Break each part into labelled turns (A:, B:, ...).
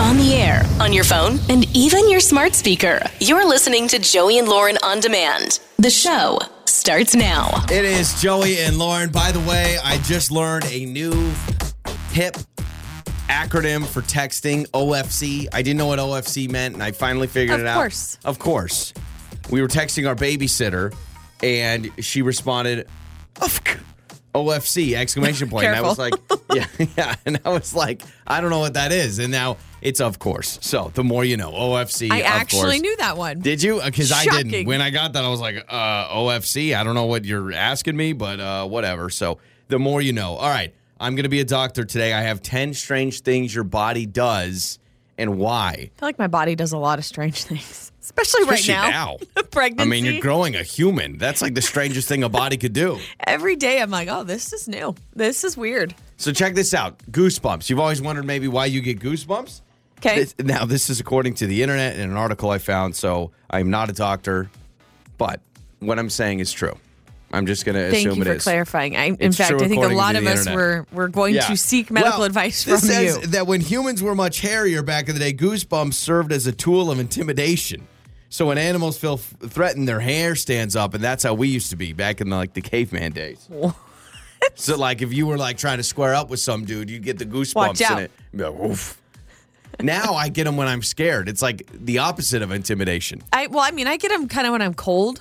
A: on the air, on your phone, and even your smart speaker. You're listening to Joey and Lauren on demand. The show starts now.
B: It is Joey and Lauren. By the way, I just learned a new hip acronym for texting OFC. I didn't know what OFC meant, and I finally figured
C: Of
B: it out.
C: course.
B: Of course. We were texting our babysitter, and she responded, "Of c- OFC exclamation point. And I was like, yeah, yeah. And I was like, I don't know what that is. And now it's of course. So the more you know, OFC.
C: I
B: of
C: actually
B: course.
C: knew that one.
B: Did you? Because I didn't.
C: Shocking.
B: When I got that, I was like, uh, OFC. I don't know what you're asking me, but uh, whatever. So the more you know. All right. I'm going to be a doctor today. I have 10 strange things your body does and why.
C: I feel like my body does a lot of strange things, especially,
B: Especially
C: right now. Pregnancy.
B: I mean, you're growing a human. That's like the strangest thing a body could do.
C: Every day I'm like, oh, this is new. This is weird.
B: So check this out goosebumps. You've always wondered maybe why you get goosebumps?
C: Okay.
B: This- now, this is according to the internet and an article I found. So I'm not a doctor, but what I'm saying is true. I'm just going to assume
C: Thank you
B: it
C: for
B: is.
C: clarifying. I, in
B: It's
C: fact,
B: true
C: I think a
B: according
C: lot
B: to
C: of
B: the
C: us
B: internet.
C: were, were going
B: Yeah.
C: to seek medical
B: Well,
C: advice from
B: this says
C: you.
B: That when humans were much hairier back in the day, goosebumps served as a tool of intimidation. So when animals feel f- threatened, their hair stands up, and that's how we used to be back in the, like the caveman days. So like if you were like trying to square up with some dude, you'd get the goosebumps
C: Watch out.
B: in it. You'd be like, "Oof." now I get them when I'm scared. It's like the opposite of intimidation.
C: I, well, I mean, I get them kind of when I'm cold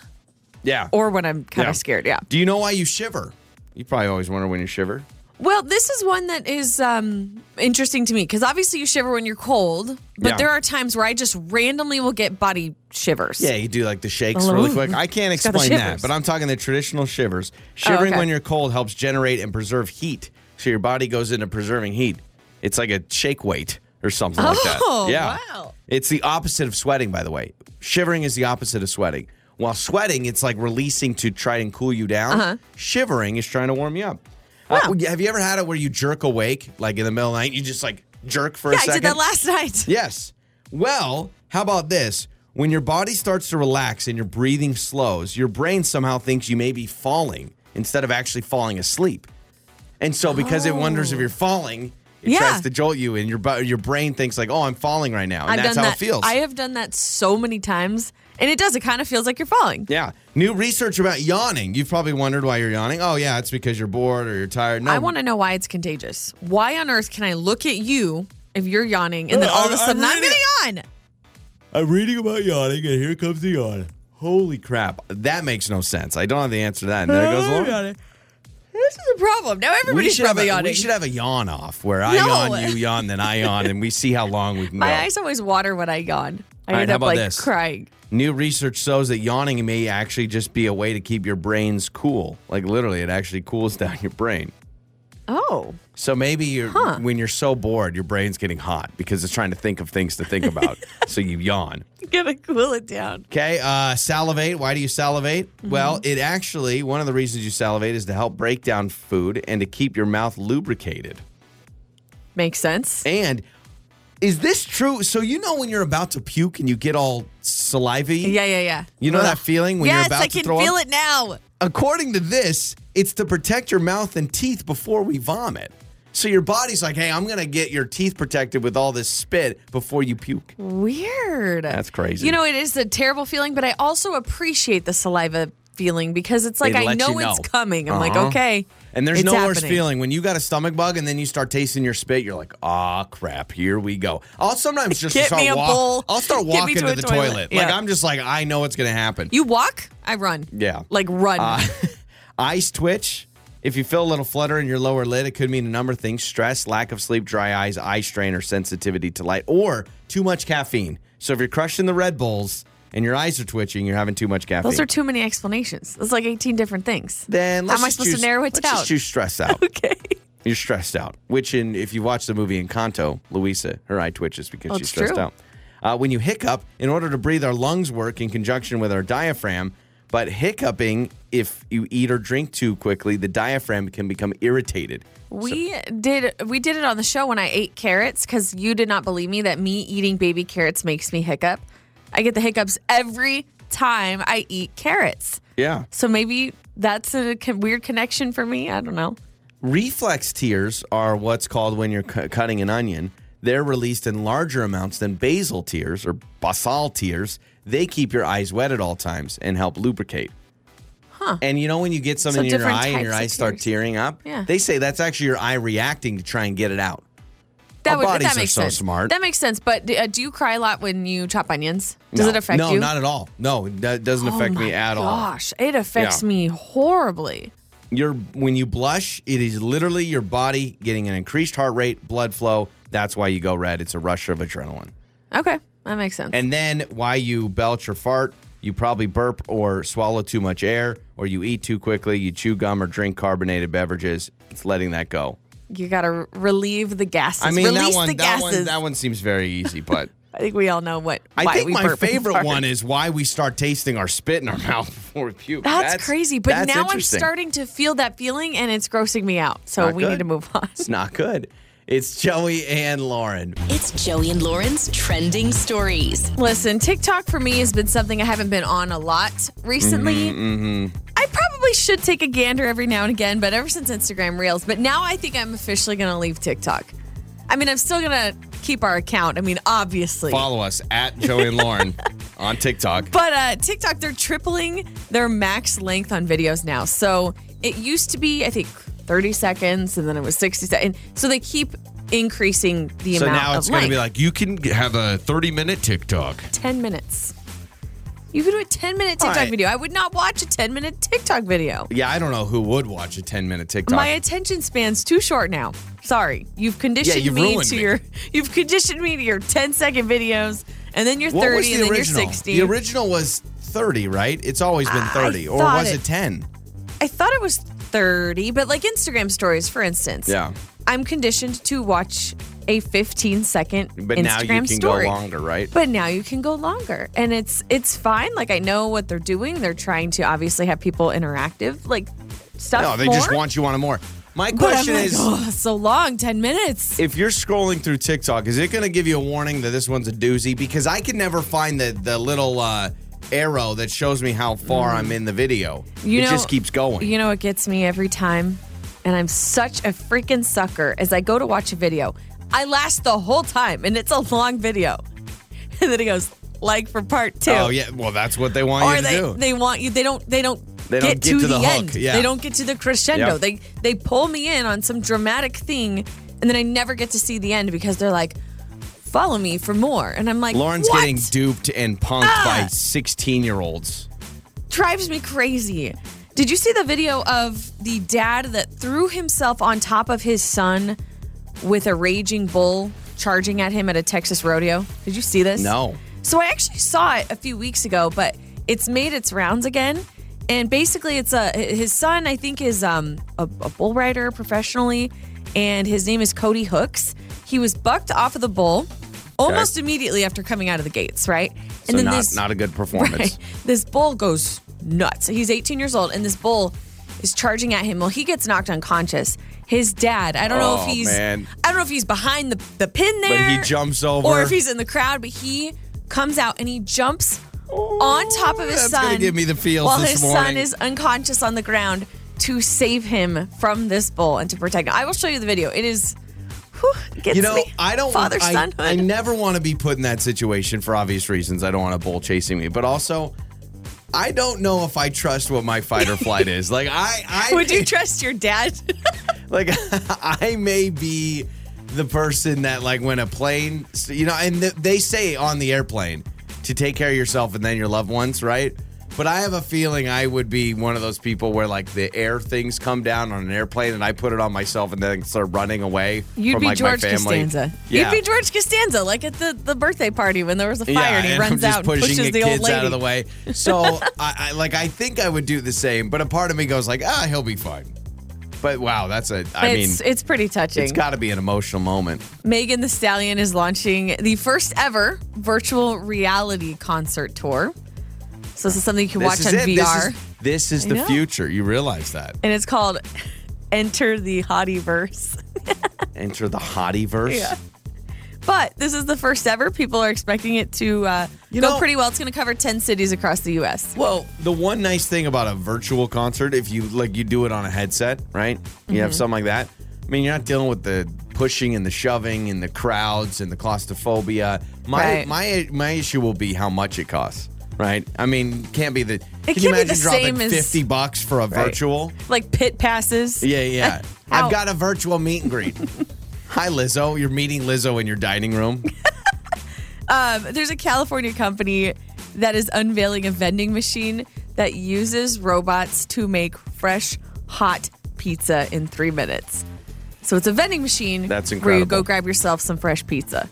B: Yeah.
C: or when I'm kind
B: Yeah.
C: of scared. Yeah.
B: do you know why you shiver? You probably always wonder when you shiver.
C: Well, this is one that is um, interesting to me because obviously you shiver when you're cold, but
B: Yeah.
C: there are times where I just randomly will get body shivers.
B: Yeah, you do like the shakes
C: Hello.
B: really quick. I can't
C: It's got the
B: explain that,
C: shivers. Oh,
B: but I'm talking the traditional shivers. Shivering
C: okay.
B: when you're cold helps generate and preserve heat, so your body goes into preserving heat. It's like a shake weight or something like
C: Oh,
B: that. Yeah.
C: wow.
B: It's the opposite of sweating, by the way. Shivering is the opposite of sweating. While sweating, it's like releasing to try and cool you down.
C: Uh-huh.
B: Shivering is trying to warm you up. Uh, have you ever had it where you jerk awake, like in the middle of the night? You just like jerk for
C: Yeah,
B: a
C: I
B: second.
C: did that last night.
B: Yes. Well, how about this? When your body starts to relax and your breathing slows, your brain somehow thinks you may be falling instead of actually falling asleep. And so, because it wonders if you're falling, it
C: Oh. Yeah.
B: tries to jolt you, and your bu- your brain thinks like, "Oh, I'm falling right now," and
C: I've
B: that's
C: done
B: how
C: that.
B: it feels.
C: I have done that so many times, and it does. It kind of feels like you're falling.
B: yeah. New research about yawning. You've probably wondered why you're yawning. Oh, yeah, it's because you're bored or you're tired. No,
C: I want to know why it's contagious. Why on earth can I look at you if you're yawning, and then all of
B: I'm-
C: a
B: I'm
C: sudden I'm
B: reading
C: getting on?
B: I'm reading about yawning, and here comes the yawn. Holy crap! That makes no sense. I don't have the answer to that. And there
C: Oh,
B: goes Lauren.
C: This is a problem. Now
B: We
C: everybody's
B: should, have
C: probably
B: a,
C: yawning.
B: we should have a yawn off where I
C: No.
B: yawn, you yawn, then I yawn, and we see how long we can go.
C: My eyes always water when I yawn. I
B: All right,
C: end
B: how
C: up
B: about
C: like
B: this?
C: crying.
B: New research shows that yawning may actually just be a way to keep your brains cool. Like literally, it actually cools down your brain.
C: Oh,
B: So maybe you're when you're so bored, your brain's getting hot because it's trying to think of things to think about. so you yawn.
C: gonna cool it down.
B: Okay, uh, salivate. Why do you salivate?
C: Mm-hmm.
B: Well, it actually one of the reasons you salivate is to help break down food and to keep your mouth lubricated.
C: Makes sense.
B: And is this true? So you know when you're about to puke and you get all salivy?
C: Yeah, yeah, yeah.
B: You know that
C: Ugh.
B: feeling when
C: yes,
B: you're about
C: I
B: to
C: can
B: throw
C: feel
B: up?
C: it now.
B: According to this, it's to protect your mouth and teeth before we vomit. So your body's like, "Hey, I'm going to get your teeth protected with all this spit before you puke."
C: Weird.
B: That's crazy.
C: You know, it is a terrible feeling, but I also appreciate the saliva feeling because it's like
B: They
C: I
B: let
C: know,
B: you know.
C: it's coming. I'm like,
B: Uh-huh.
C: okay.
B: And there's
C: it's
B: no worse
C: happening.
B: feeling when you got a stomach bug and then you start tasting your spit. You're like, ah, crap, here we go. I'll sometimes just
C: Get
B: start
C: me a
B: walk-
C: bowl.
B: I'll start
C: Get me
B: walking
C: to
B: to,
C: a
B: the toilet.
C: toilet.
B: Like
C: Yeah.
B: I'm just like, I know it's going to happen.
C: You walk, I run.
B: Yeah. Uh,
C: Like run.
B: Eyes twitch. If you feel a little flutter in your lower lid, it could mean a number of things stress, lack of sleep, dry eyes, eye strain, or sensitivity to light, or too much caffeine. So if you're crushing the Red Bulls and your eyes are twitching, you're having too much caffeine.
C: Those are too many explanations. That's like 18 different things.
B: then
C: how
B: let's
C: am I
B: just
C: supposed
B: choose-
C: to narrow it
B: let's
C: down?
B: Just choose stress out.
C: okay.
B: You're stressed out. Which, in if you watch the movie Encanto, Luisa, her eye twitches because
C: Oh,
B: she's
C: it's
B: stressed
C: true.
B: out. Uh, when you hiccup, in order to breathe, our lungs work in conjunction with our diaphragm. But hiccuping, if you eat or drink too quickly, the diaphragm can become irritated.
C: We did we did it on the show when I ate carrots because you did not believe me that me eating baby carrots makes me hiccup. I get the hiccups every time I eat carrots.
B: Yeah.
C: So maybe that's a co- weird connection for me. I don't know.
B: Reflex tears are what's called when you're cu- cutting an onion. They're released in larger amounts than basal tears or basal tears. They keep your eyes wet at all times and help lubricate. Huh. And you know when you get something
C: So
B: in your
C: different
B: eye and your
C: types of
B: eyes start
C: tears.
B: tearing up?
C: Yeah.
B: They say that's actually your eye reacting to try and get it out. Our bodies are so
C: sense.
B: smart.
C: That makes sense. But uh, do you cry a lot when you chop onions? Does
B: no.
C: it affect
B: no,
C: you? Oh
B: not at all. No, that doesn't affect me at all.
C: Gosh, it affects
B: Yeah.
C: me horribly.
B: Your when you blush, it is literally your body getting an increased heart rate, blood flow. That's why you go red. It's a rush of adrenaline.
C: Okay, that makes sense.
B: And then why you belch or fart, you probably burp or swallow too much air, or you eat too quickly, you chew gum or drink carbonated beverages. It's letting that go.
C: you got to relieve the gases.
B: I mean,
C: Release
B: that one,
C: the
B: that
C: gases.
B: one, that one seems very easy, but
C: I think we all know what.
B: I
C: why
B: think
C: we
B: my
C: burp and
B: favorite
C: fart.
B: one is why we start tasting our spit in our mouth before we puke.
C: That's, crazy. But
B: that's
C: now I'm
B: interesting.
C: starting to feel that feeling, and it's grossing me out. So
B: Not
C: we
B: good.
C: need to move on.
B: It's not good. It's Joey and Lauren.
A: It's Joey and Lauren's trending stories.
C: Listen, TikTok for me has been something I haven't been on a lot recently.
B: Mm-hmm,
C: I probably should take a gander every now and again, but ever since Instagram Reels, but now I think I'm officially going to leave TikTok. I mean, I'm still going to keep our account. I mean, obviously.
B: Follow us at Joey and Lauren on TikTok.
C: But uh, TikTok, they're tripling their max length on videos now. So it used to be, I think, 30 seconds, and then it was 60 seconds. So they keep increasing the
B: So
C: amount
B: now it's
C: of
B: going to
C: length.
B: be like you can have a 30 minute TikTok.
C: 10 minutes. You could do a 10 minute
B: All
C: TikTok
B: right.
C: video. I would not watch a 10 minute TikTok video.
B: Yeah, I don't know who would watch a 10 minute TikTok.
C: My attention span's too short now. Sorry. You've conditioned
B: you've
C: me
B: ruined
C: to
B: me.
C: your you've conditioned me to your 10 second videos and then you're 30 and then you're 60.
B: The original was 30, right? It's always been 30. Or
C: thought
B: was it,
C: it-
B: 10?
C: I thought it was 30, but like Instagram stories for instance.
B: Yeah.
C: I'm conditioned to watch a 15 second
B: But
C: Instagram
B: now you can
C: story.
B: go longer, right?
C: but now you can go longer and it's it's fine like i know what they're doing they're trying to obviously have people interactive like stuff
B: No, they
C: more.
B: just want you on a more. My
C: but I'm
B: question
C: like,
B: is
C: oh, so long 10 minutes
B: if you're scrolling through TikTok, is it going to give you a warning that this one's a doozy? Because I can never find the, the little uh, arrow that shows me how far I'm in the video.
C: Mm. You
B: it
C: know-
B: just keeps going.
C: you know what gets me every time and i'm such a freaking sucker as i go to watch a video i last the whole time and it's a long video and then it goes like for part two.
B: oh, yeah. Well, that's what they want you
C: or
B: to
C: they,
B: do.
C: they want you they don't they don't
B: They don't get to the hook,
C: end
B: yeah.
C: they don't get to the crescendo
B: Yep.
C: they they pull me in on some dramatic thing and then i never get to see the end because they're like follow me for more and i'm like
B: Lauren's
C: what?
B: getting duped and punked
C: Ah!
B: by 16 year olds.
C: drives me crazy did you see the video of the dad that threw himself on top of his son with a raging bull charging at him at a texas rodeo did you see this
B: No.
C: So I actually saw it a few weeks ago, but it's made its rounds again. And basically, it's a his son. I think is um, a, a bull rider professionally, and his name is Cody Hooks. He was bucked off of the bull almost immediately after coming out of the gates, right?
B: So not, not a good performance.
C: Right. This bull goes nuts. He's 18 years old, and this bull is charging at him. Well, he gets knocked unconscious. His dad, I don't know
B: Oh,
C: if he's,
B: man.
C: I don't know if he's behind the, the pin there,
B: he jumps over.
C: or if he's in the crowd. But he comes out and he jumps on top of his
B: that's
C: son.
B: gonna give me the feels
C: While
B: this
C: his
B: morning.
C: son is unconscious on the ground to save him from this bull and to protect him. I will show you the video. It is. Whew, it gets
B: You know,
C: me.
B: I don't
C: father
B: I,
C: son.
B: I never want to be put in that situation for obvious reasons. I don't want a bull chasing me, but also I don't know if I trust what my fight or flight is. Like I, I
C: Would you trust your dad?
B: like I may be the person that like when a plane, you know, and th- they say on the airplane to take care of yourself and then your loved ones, right? But I have a feeling I would be one of those people where like the air things come down on an airplane and I put it on myself and then start running away
C: You'd
B: from
C: be
B: like
C: George
B: my family.
C: Costanza.
B: Yeah.
C: You'd be George Costanza, like at the, the birthday party when there was a fire and he runs
B: I'm just
C: out and
B: pushing
C: pushes
B: the,
C: the old
B: kids
C: lady.
B: out of the way. So I, I like I think I would do the same, but a part of me goes like, ah, he'll be fine. But wow, that's a I
C: it's,
B: mean,
C: it's pretty touching.
B: it's got to be an emotional moment.
C: Megan the Stallion is launching the first ever virtual reality concert tour. So this is something you can watch
B: is
C: on
B: it.
C: VR,
B: This is, this is
C: I
B: the
C: know.
B: future. You realize that.
C: and it's called Enter the Hottieverse.
B: Enter the hottie verse.
C: Yeah. But this is the first ever. People are expecting it to uh,
B: You
C: go
B: know-
C: pretty well. It's going to cover ten cities across the U.S.
B: Well, Oh, the one nice thing about a virtual
C: Mm-hmm.
B: concert, if you like, you do it on a headset, right? You have something like that. I mean, you're not dealing with the pushing and the shoving and the crowds and the claustrophobia. My
C: Right.
B: my my issue will be how much it costs. Right? I mean, can't be the. can
C: can't be
B: you imagine
C: the
B: dropping
C: same as-
B: fifty bucks for a virtual?
C: Like pit passes.
B: Yeah, yeah. I've
C: Out.
B: got a virtual meet and greet. Hi, Lizzo. You're meeting Lizzo in your dining room.
C: Um, there's a California company that is unveiling a vending machine that uses robots to make fresh, hot pizza in three minutes. So it's a vending machine
B: That's
C: where you
B: incredible.
C: go grab yourself some fresh pizza.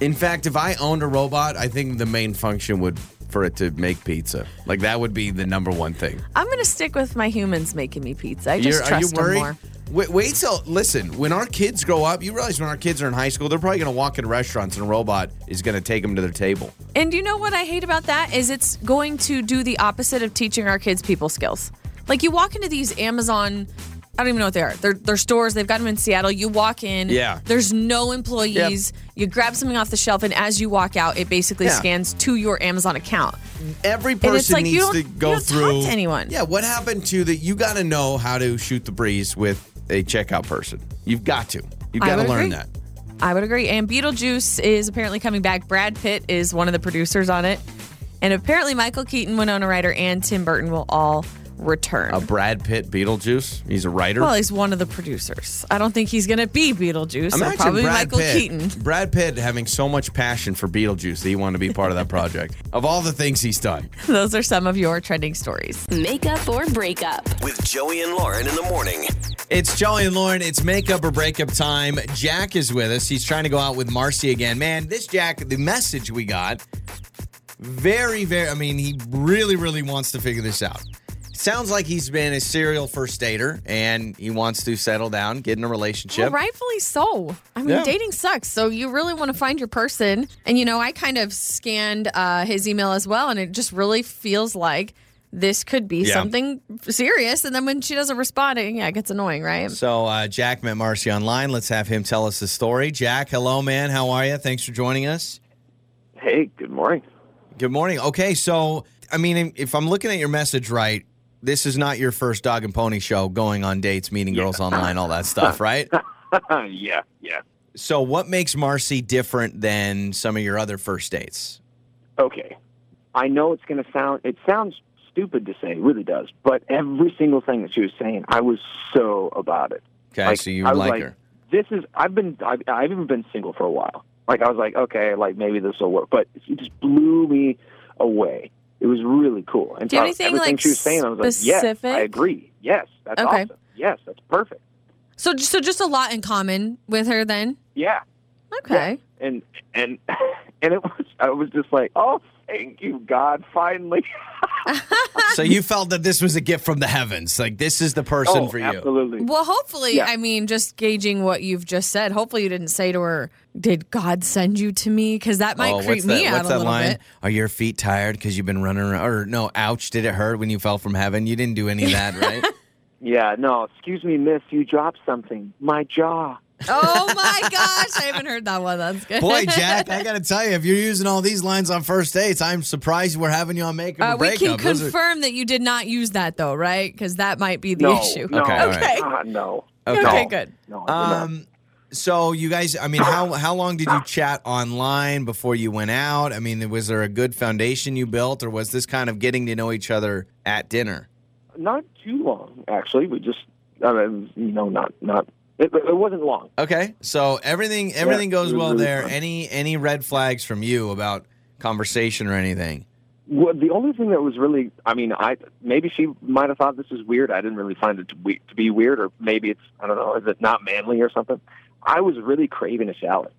B: In fact, if I owned a robot, I think the main function would for it to make pizza. Like that would be the number one thing.
C: I'm gonna stick with my humans making me pizza. I just
B: You're- are you
C: trust them
B: worried?
C: more.
B: Wait, wait till listen. When our kids grow up, you realize when our kids are in high school, they're probably going to walk in restaurants and a robot is going to take them to their table.
C: And you know what I hate about that is it's going to do the opposite of teaching our kids people skills. Like you walk into these Amazon, I don't even know what they are. They're, they're stores. They've got them in Seattle. You walk in.
B: Yeah.
C: There's no employees. You grab something off the shelf, and as you walk out, it basically
B: Yeah.
C: scans to your Amazon account.
B: Every
C: it's
B: person
C: like, you
B: needs
C: don't-
B: to
C: you
B: go
C: don't talk
B: through
C: to anyone.
B: Yeah, what happened to the? You got to know how to shoot the breeze with a checkout person. You've got to. You've
C: I
B: got to
C: would
B: learn
C: agree.
B: that.
C: I would agree. And Beetlejuice is apparently coming back. Brad Pitt is one of the producers on it. And apparently, Michael Keaton, Winona Ryder, and Tim Burton will all return.
B: A Brad Pitt Beetlejuice. He's a writer.
C: Well, he's one of the producers. I don't think he's going to be Beetlejuice. so probably Michael
B: Pitt,
C: Keaton.
B: Brad Pitt having so much passion for Beetlejuice that he wanted to be part of that project. Of all the things he's done,
C: Those are some of your trending stories.
A: Makeup or breakup.
D: With Joey and Lauren in the morning.
B: it's Joey and Lauren. It's makeup or breakup time. Jack is with us. He's trying to go out with Marcy again. Man, this Jack, the message we got, very, very. I mean, he really, really wants to figure this out. Sounds like he's been a serial first dater and he wants to settle down, get in a relationship.
C: Well, rightfully so. I mean,
B: Yeah.
C: dating sucks. So you really want to find your person. And, you know, I kind of scanned uh, his email as well. And it just really feels like this could be
B: Yeah.
C: something serious. And then when she doesn't respond, it, yeah, it gets annoying, right?
B: So uh, Jack met Marcy online. Let's have him tell us the story. Jack, hello, man. How are you? Thanks for joining us.
E: Hey, good morning.
B: Good morning. Okay, so I mean, if I'm looking at your message right, this is not your first dog and pony show, going on dates, meeting girls online, all that stuff, right?
E: yeah, yeah.
B: so, what makes Marcy different than some of your other first dates?
E: Okay. I know it's going to sound, it sounds stupid to say, it really does, but every single thing that she was saying, I was so about it.
B: Okay, so you
E: I was
B: like, her.
E: This is, I've been, I've, I've even been single for a while. Like, I was like, okay, like maybe this will work, but it just blew me away. It was really cool. And
C: Do you have
E: so
C: anything,
E: everything
C: like,
E: she was saying, I was like, yes, I
C: specific?
E: agree. Yes, that's
C: Okay.
E: awesome. Yes, that's perfect.
C: So, so just a lot in common with her then.
E: Yeah.
C: Okay.
E: and and and it was I was just like, oh, thank you, God, finally.
B: So you felt that this was a gift from the heavens. Like this is the person
E: oh,
B: for you.
E: absolutely.
C: Well, hopefully,
E: Yeah.
C: I mean, just gauging what you've just said, hopefully you didn't say to her, Did God send you to me? Because that might
B: oh,
C: creep
B: what's that,
C: me
B: what's
C: out a
B: that
C: little
B: line?
C: bit.
B: Are your feet tired because you've been running around? Or no, ouch, did it hurt when you fell from heaven? You didn't do any of that, right?
E: Yeah, no, excuse me, Miss, you dropped something. My jaw.
C: Oh my gosh, I haven't heard that one. That's good.
B: Boy, Jack, I got to tell you, if you're using all these lines on first dates, I'm surprised we're having you on Makeup
C: Uh,
B: or
C: we can
B: Breakup. Those are-
C: confirm that you did not use that though, right? Because that might be the
E: no,
C: issue.
E: No,
B: Okay, all right.
C: Okay.
E: God, no.
B: Okay.
C: Okay,
E: No,
C: good.
E: No, I did not.
B: Um, so you guys, I mean, how how long did you chat online before you went out? I mean, was there a good foundation you built, or was this kind of getting to know each other at dinner?
E: not too long, actually. We just, I mean, you know, not not. It, it wasn't long.
B: Okay, so everything everything
E: Yeah, it
B: goes
E: was
B: well
E: really
B: there.
E: fun.
B: Any any red flags from you about conversation or anything?
E: Well, the only thing that was really, I mean, I maybe she might have thought this was weird. I didn't really find it to be, to be weird, or maybe it's, I don't know, is it not manly or something? I was really craving a salad,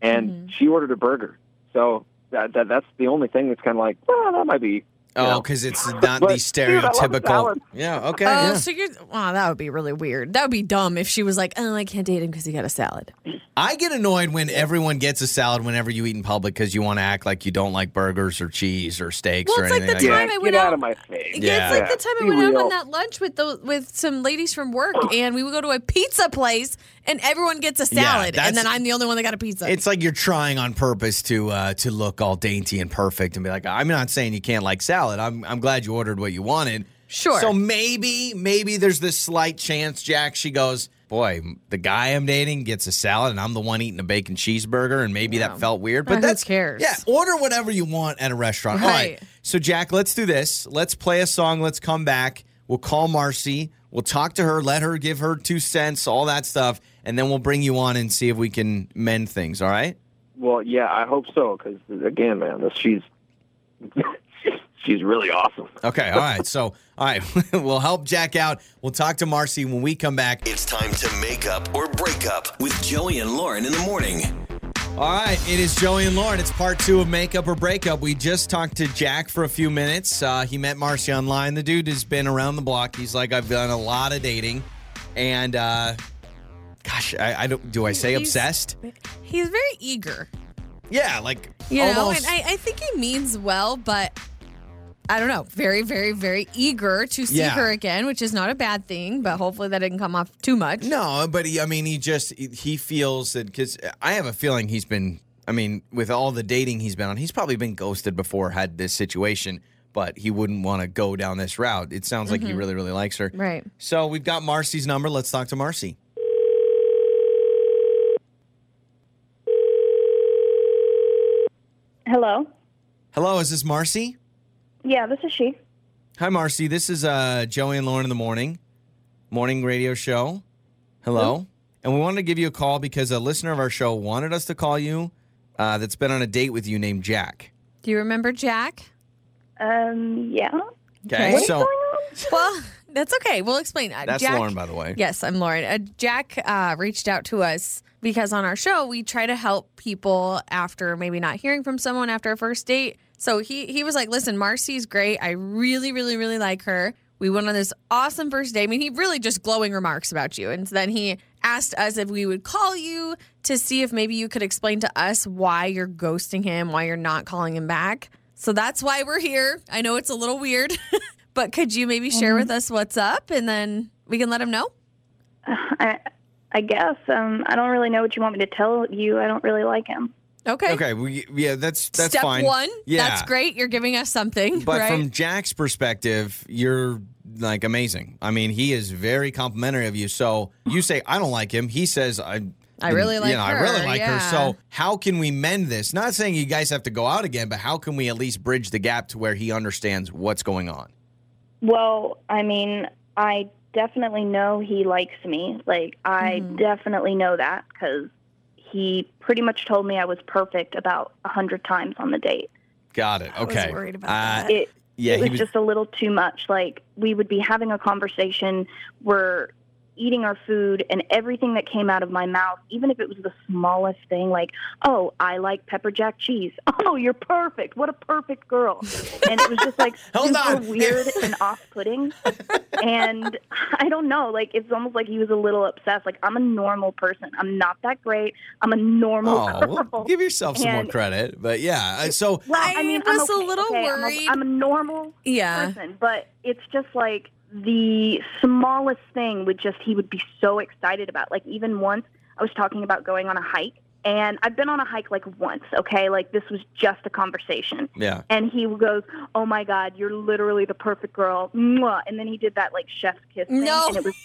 E: and
C: Mm-hmm.
E: she ordered a burger. So that, that that's the only thing that's kind of like, well, that might be.
B: Oh,
E: No.
B: because it's not the
E: But, dude, I love
B: stereotypical.
E: salad.
B: yeah. Okay.
C: Oh,
B: yeah.
C: so you're wow, that would be really weird. That would be dumb if she was like, "Oh, I can't date him because he got a salad."
B: I get annoyed when everyone gets a salad whenever you eat in public because you want to act like you don't like burgers or cheese or steaks
C: Well,
B: or
C: it's like
B: anything
C: the
B: that.
C: time I
E: get
C: went
E: out,
C: out-
E: of my face.
C: Yeah, it's like the time I
E: Be
C: went out
E: real.
C: on that lunch with those with some ladies from work, and we would go to a pizza place, and everyone gets a
B: Yeah,
C: salad,
B: that's-
C: and then I'm the only one that got a pizza.
B: It's like you're trying on purpose to uh, to look all dainty and perfect and be like, I'm not saying you can't like salad. I'm I'm glad you ordered what you wanted.
C: Sure.
B: So maybe maybe there's this slight chance, Jack. She goes, boy, the guy I'm dating gets a salad and I'm the one eating a bacon cheeseburger, and maybe
C: Yeah.
B: that felt weird.
C: Uh,
B: But
C: who
B: that's
C: cares?
B: Yeah, order whatever you want at a restaurant. All
C: Right.
B: right. So Jack, let's do this. Let's play a song. Let's come back. We'll call Marcy. We'll talk to her. Let her give her two cents. All that stuff, and then we'll bring you on and see if we can mend things. All right.
E: Well, yeah, I hope so because again, man, this, she's she's really awesome.
B: Okay. All right. So all right, we'll help Jack out. We'll talk to Marcy when we come back.
D: It's time to make up or break up with Joey and Lauren in the morning.
B: All right, it is Joey and Lauren. It's part two of Makeup or Breakup. We just talked to Jack for a few minutes. Uh, he met Marcy online. The dude has been around the block. He's like, I've done a lot of dating, and uh, gosh, I, I don't. Do I say
C: He's-
B: obsessed?
C: He's very eager,
B: Yeah, like
C: you
B: almost.
C: know, and I, I think he means well, but I don't know. Very, very, very eager to see
B: Yeah.
C: her again, which is not a bad thing, but hopefully that didn't come off too much.
B: no, but he. I mean, he just he feels that because I have a feeling he's been. I mean, with all the dating he's been on, he's probably been ghosted before, had this situation, but he wouldn't want to go down this route. It sounds
C: Mm-hmm.
B: like he really, really likes her.
C: Right.
B: So we've got Marcy's number. Let's talk to Marcy.
F: Hello.
B: Hello, is this Marcy?
F: Yeah, this is she.
B: Hi, Marcy. This is uh, Joey and Lauren in the morning, morning radio show. Hello. And we wanted to give you a call because a listener of our show wanted us to call you. Uh, that's been on a date with you named Jack.
C: Do you remember Jack?
F: Um, yeah.
B: Okay. So
C: Well, that's okay. We'll explain. Uh,
B: that's
C: Jack,
B: Lauren, by the way.
C: Yes, I'm Lauren. Uh, Jack uh, reached out to us because on our show we try to help people after maybe not hearing from someone after a first date. So he he was like, "Listen, Marcy's great. I really, really, really like her. We went on this awesome first date. I mean, he really just glowing remarks about you." And so then he asked us if we would call you to see if maybe you could explain to us why you're ghosting him, why you're not calling him back. So that's why we're here. I know it's a little weird, but could you maybe share with us what's up and then we can let him know?
F: I I guess. Um, I don't really know what you want me to tell you. I don't really like him.
C: Okay.
B: Okay. We, yeah, that's that's
C: Step
B: fine.
C: one.
B: Yeah.
C: That's great. You're giving us something.
B: But
C: right?
B: from Jack's perspective, you're like amazing. I mean, he is very complimentary of you. So you say I don't like him. He says I.
C: I really like
B: you know, I
C: her,
B: really like
C: yeah.
B: her. So how can we mend this? Not saying you guys have to go out again, but how can we at least bridge the gap to where he understands what's going on?
F: Well, I mean, I definitely know he likes me. Like, I definitely know that because he pretty much told me I was perfect about a hundred times on the date.
B: Got it. Okay.
C: worried about
B: Uh,
C: that.
F: It
B: Yeah,
F: it
B: he
F: was,
B: was.
F: just a little too much. Like we would be having a conversation, we're eating our food, and everything that came out of my mouth, even if it was the smallest thing, like, "Oh, I like pepper jack cheese." Oh, you're perfect. What a perfect girl. And it was just like
B: Hold
F: super
B: on.
F: weird and off-putting. and I don't know. Like it's almost like he was a little obsessed. Like I'm a normal person. I'm not that great. I'm a normal
B: oh,
F: girl.
B: well, give yourself some more
F: And-
B: credit. But yeah, uh, so
F: well,
C: I
F: I, mean,
C: was a
F: I'm okay.
C: little
F: okay, I'm a-
C: worried.
F: I'm a normal
C: Yeah.
F: person, but it's just like the smallest thing would just he would be so excited about. Like even once I was talking about going on a hike, and I've been on a hike like once. Okay, like this was just a conversation.
B: yeah.
F: And he goes, "Oh my God, you're literally the perfect girl!" Mwah. And then he did that like chef's kiss thing,
C: No.
F: and it was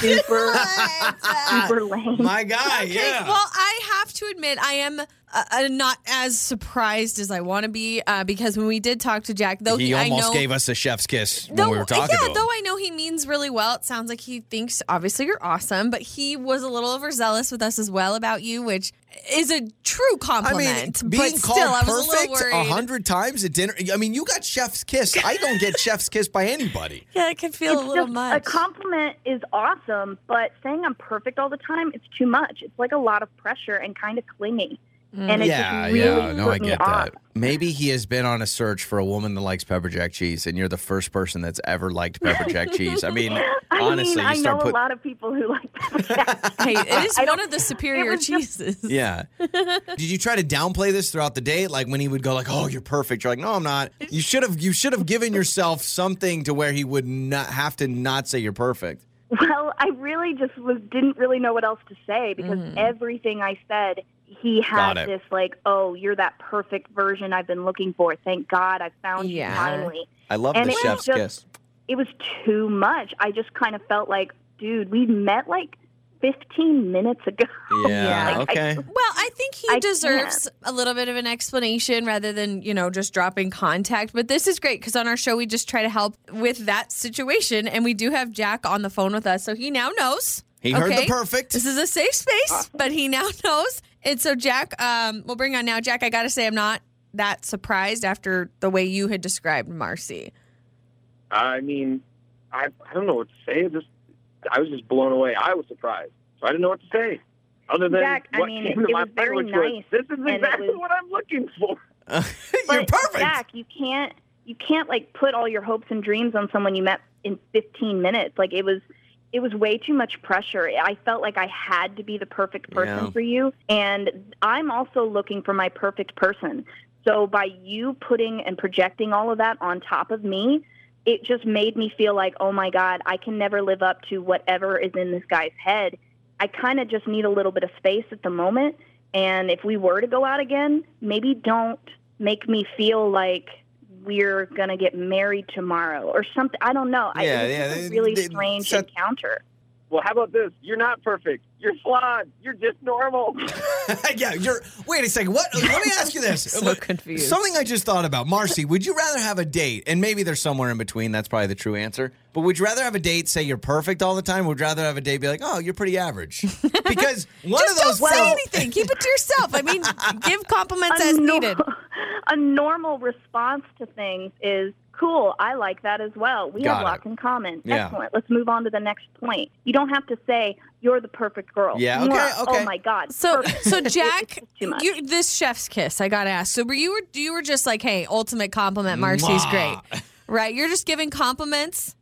F: super,
C: What?
F: super lame.
B: My guy.
C: Okay,
B: yeah.
C: Well, I have to admit, I am uh, uh, not as surprised as I want to be uh, because when we did talk to Jack, though
B: he
C: he, I
B: almost
C: know,
B: gave us a chef's kiss when
C: though,
B: we were talking
C: yeah,
B: to him.
C: though I know he means really well. It sounds like he thinks obviously you're awesome, but he was a little overzealous with us as well about you, which is a true compliment.
B: being
C: but
B: called
C: still, I was a
B: perfect
C: little worried.
B: hundred times at dinner. I mean, you got chef's kiss. I don't get chef's kiss by anybody.
C: Yeah, it can feel
F: It's
C: a little
F: just-
C: much.
F: A compliment is awesome, but saying I'm perfect all the time, it's too much. It's like a lot of pressure and kind of clingy.
C: Mm.
F: And it just really put me off.
B: Maybe he has been on a search for a woman that likes pepper jack cheese, and you're the first person that's ever liked pepper jack cheese. I mean,
F: I
B: honestly,
F: mean,
B: you
F: I know
B: start
F: a
B: putting.
F: lot of people who like that.
C: hey, it is
F: I
C: one
F: don't-
C: of the superior
F: was just-
C: cheeses.
B: Yeah. Did you try to downplay this throughout the day? Like when he would go, like, "Oh, you're perfect." You're like, "No, I'm not." You should have. You should have given yourself something to where he would not have to not say you're perfect.
F: well, I really just was didn't really know what else to say because
C: Mm.
F: everything I said, he had
B: Got it.
F: this like, "Oh, you're that perfect version I've been looking for. Thank God I found
C: Yeah.
F: you finally."
B: I love
F: And
B: the
F: it was
B: chef's
F: just-
B: kiss.
F: it was too much. I just kind of felt like, dude, we met like 15 minutes ago.
B: Yeah,
F: Like, I-
B: okay.
C: Well, I think he
F: I
C: deserves a little bit of an explanation rather than, you know, just dropping contact. But this is great because on our show, we just try to help with that situation. And we do have Jack on the phone with us. So he now knows.
B: He heard the perfect.
C: This is a safe space, but he now knows. And so, Jack, um, we'll bring on now. Jack, I got to say, I'm not that surprised after the way you had described Marcy.
E: I mean, I I don't know what to say. It Just I was just blown away. I was surprised, so I didn't know what to say. Other than
F: Jack, I
E: what
F: mean,
E: came to
F: it
E: my
F: was very
E: mind, which was,
F: nice,
E: This is
F: it
E: exactly
F: was-
E: what I'm looking for.
B: You're
F: But,
B: perfect.
F: Zach, you can't you can't like put all your hopes and dreams on someone you met in 15 minutes. Like it was it was way too much pressure. I felt like I had to be the perfect person
B: Yeah.
F: for you and I'm also looking for my perfect person. So by you putting and projecting all of that on top of me, it just made me feel like, "Oh my god, I can never live up to whatever is in this guy's head." I kind of just need a little bit of space at the moment. And if we were to go out again, maybe don't make me feel like we're going to get married tomorrow or something. I don't know.
B: Yeah,
F: I, it was
B: yeah,
F: just
B: they-
F: a really
B: they
F: strange
B: set-
F: encounter.
E: Well, how about this? You're not perfect. You're flawed. You're just normal.
B: yeah, you're. Wait a second. What? Let me ask you this.
C: So confused.
B: Something I just thought about. Marcy, would you rather have a date? And maybe there's somewhere in between. That's probably the true answer. But would you rather have a date say you're perfect all the time? Or would you rather have a date be like, oh, you're pretty average? Because one of
C: Just don't
B: those.
C: say anything. Keep it to yourself. I mean, give compliments as
F: a, nor-
C: needed.
F: a normal response to things is cool. I like that as well. We
B: Got
F: have
B: it.
F: lots in common.
B: Yeah.
F: Excellent. Let's move on to the next point. You don't have to say you're the perfect girl.
B: Yeah, okay,
F: Mwah.
B: okay.
F: Oh my god.
C: So,
F: perfect.
C: so
F: It- it's
C: Jack,
F: just too much.
C: you, this chef's kiss, I gotta ask. So, were you were you were just like, hey, ultimate compliment, Marcy's great,
B: Mwah.
C: right? You're just giving compliments.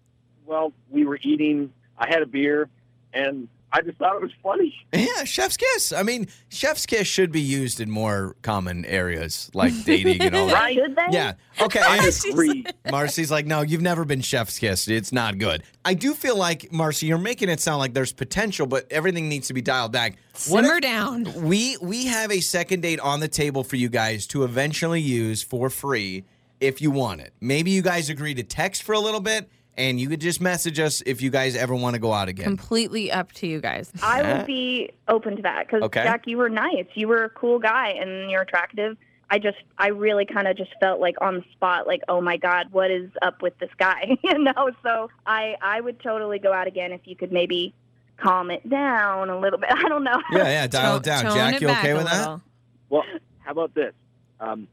E: well, we were eating. I had a beer, and I just thought it was funny.
B: Yeah, chef's kiss. I mean, chef's kiss should be used in more common areas like dating and all that.
E: Right?
F: Should they?
B: Yeah. Okay.
E: I
C: She's-
E: agree.
B: Marcy's like, no, you've never been chef's kiss. It's not good. I do feel like, Marcy, you're making it sound like there's potential, but everything needs to be dialed back. What
C: Simmer
B: if-
C: down.
B: we we have a second date on the table for you guys to eventually use for free if you want it. Maybe you guys agree to text for a little bit, and you could just message us if you guys ever want to go out again.
C: Completely up to you guys.
F: I would be open to that because
B: Okay.
F: Jack, you were nice. You were a cool guy and you're attractive. I just, I really kind of just felt like on the spot, like, oh my God, what is up with this guy? you know, so I, I would totally go out again if you could maybe calm it down a little bit. I don't know.
B: yeah, yeah. Dial it
C: Tone-
B: down,
C: tone
B: Jack.
C: it
B: You
C: back
B: okay
C: a
B: with that?
C: little.
E: Well, how about this? Um,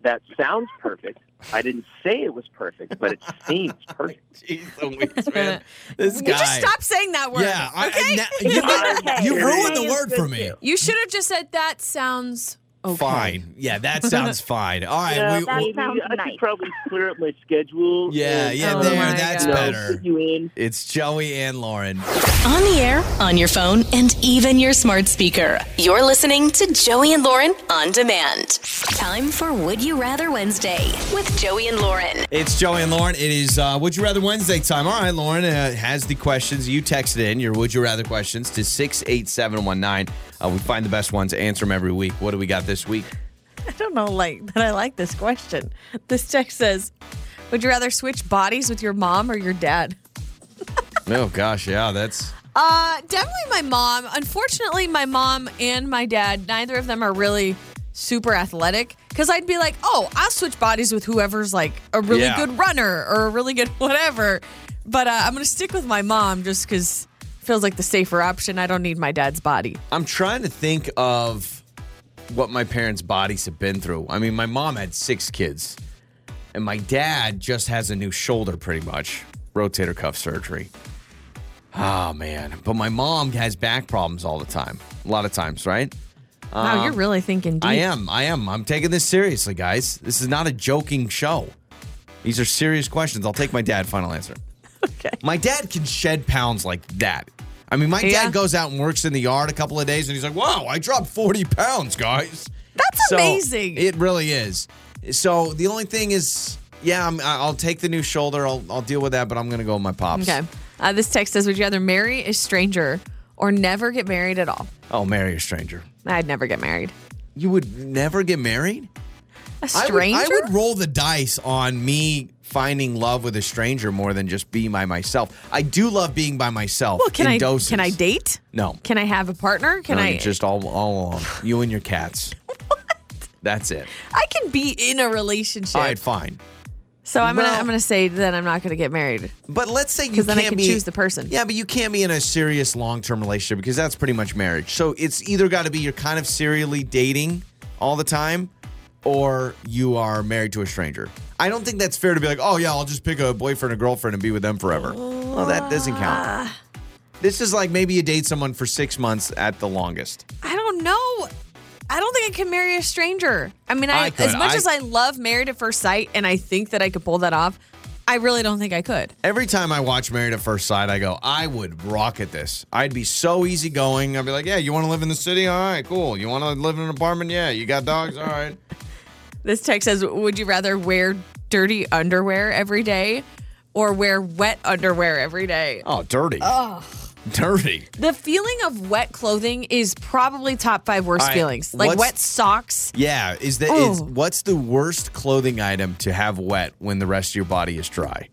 E: that sounds perfect. I didn't say it was perfect, but it seems perfect.
B: Jeez Louise, man. This
C: You just
B: guy.
C: stop saying that word.
B: Yeah, I,
C: okay?
B: and that- you,
F: Okay.
B: you ruined
F: Okay,
B: the
F: it's
B: word
F: good
B: for me.
F: too.
C: you should have just said that sounds okay.
B: Fine. Yeah, that sounds fine. All right. we,
F: that
B: we-
F: sounds
E: I
F: nice.
E: should probably clear up my schedule.
B: yeah,
E: and,
B: yeah,
C: Oh
B: there.
C: my
B: That's
E: you know,
C: God.
B: better.
E: fit you in.
B: It's Joey and Lauren.
A: On the air, on your phone, and even your smart speaker. You're listening to Joey and Lauren on demand. Time for Would You Rather Wednesday with Joey and Lauren.
B: It's Joey and Lauren. It is uh, Would You Rather Wednesday time. All right, Lauren uh, has the questions. You texted in your Would You Rather questions to 68719. Uh, we find the best ones, answer them every week. What do we got this week?
C: I don't know, like that. I like this question. This text says, "Would you rather switch bodies with your mom or your dad?"
B: Oh, gosh. Yeah, that's.
C: Uh, definitely my mom. Unfortunately, my mom and my dad, neither of them are really super athletic. Because I'd be like, oh, I'll switch bodies with whoever's like a really
B: Yeah.
C: good runner or a really good whatever. But uh, I'm going to stick with my mom just because feels like the safer option. I don't need my dad's body.
B: I'm trying to think of what my parents' bodies have been through. I mean, my mom had six kids, and my dad just has a new shoulder, pretty much rotator cuff surgery. Oh man! But my mom has back problems all the time, a lot of times, right?
C: wow, you're really thinking deep.
B: Um, I am. I am. I'm taking this seriously, guys. This is not a joking show. These are serious questions. I'll take my dad final answer.
C: Okay.
B: My dad can shed pounds like that. I mean, my
C: Yeah.
B: dad goes out and works in the yard a couple of days and he's like, wow, I dropped 40 pounds, guys.
C: That's
B: So,
C: amazing.
B: It really is. So the only thing is, yeah, I'm, I'll take the new shoulder. I'll, I'll deal with that, but I'm going to go with my pops.
C: okay. Uh, this text says, would you rather marry a stranger or never get married at all?
B: I'll marry Oh, a stranger.
C: I'd never get married.
B: You would never get married?
C: A
B: I would,
C: stranger?
B: I would roll the dice on me finding love with a stranger more than just being by myself. I do love being by myself.
C: well, can
B: in
C: I
B: doses.
C: can I date?
B: No.
C: Can I have a partner? Can
B: No,
C: I
B: you're just all all alone. You and your cats. what? That's it.
C: I can be in a relationship.
B: All right, fine.
C: So I'm gonna
B: Well-
C: I'm gonna say that I'm not gonna get married.
B: But let's say you
C: 'Cause then I
B: can't
C: can
B: be,
C: choose the person.
B: Yeah, but you can't be in a serious long term relationship because that's pretty much marriage. So it's either got to be you're kind of serially dating all the time, or you are married to a stranger. I don't think that's fair to be like, oh yeah, I'll just pick a boyfriend or girlfriend and be with them forever. Well, that doesn't count.
C: Ah.
B: This is like maybe you date someone for six months at the longest.
C: I don't know. I don't think I can marry a stranger. I mean,
B: I
C: I,
B: could.
C: as much
B: I-
C: as I love Married at First Sight, and I think that I could pull that off, I really don't think I could.
B: Every time I watch Married at First Sight, I go, I would rock at this. I'd be so easygoing. I'd be like, yeah, you want to live in the city? All right, cool. You want to live in an apartment? Yeah, you got dogs? All right.
C: This text says, "Would you rather wear dirty underwear every day, or wear wet underwear every day?"
B: Oh, dirty. Oh. Dirty.
C: The feeling of wet clothing is probably top five worst
B: All right,
C: feelings. Like
B: what's-
C: wet socks.
B: Yeah, is that is
C: Oh.
B: what's the worst clothing item to have wet when the rest of your body is dry?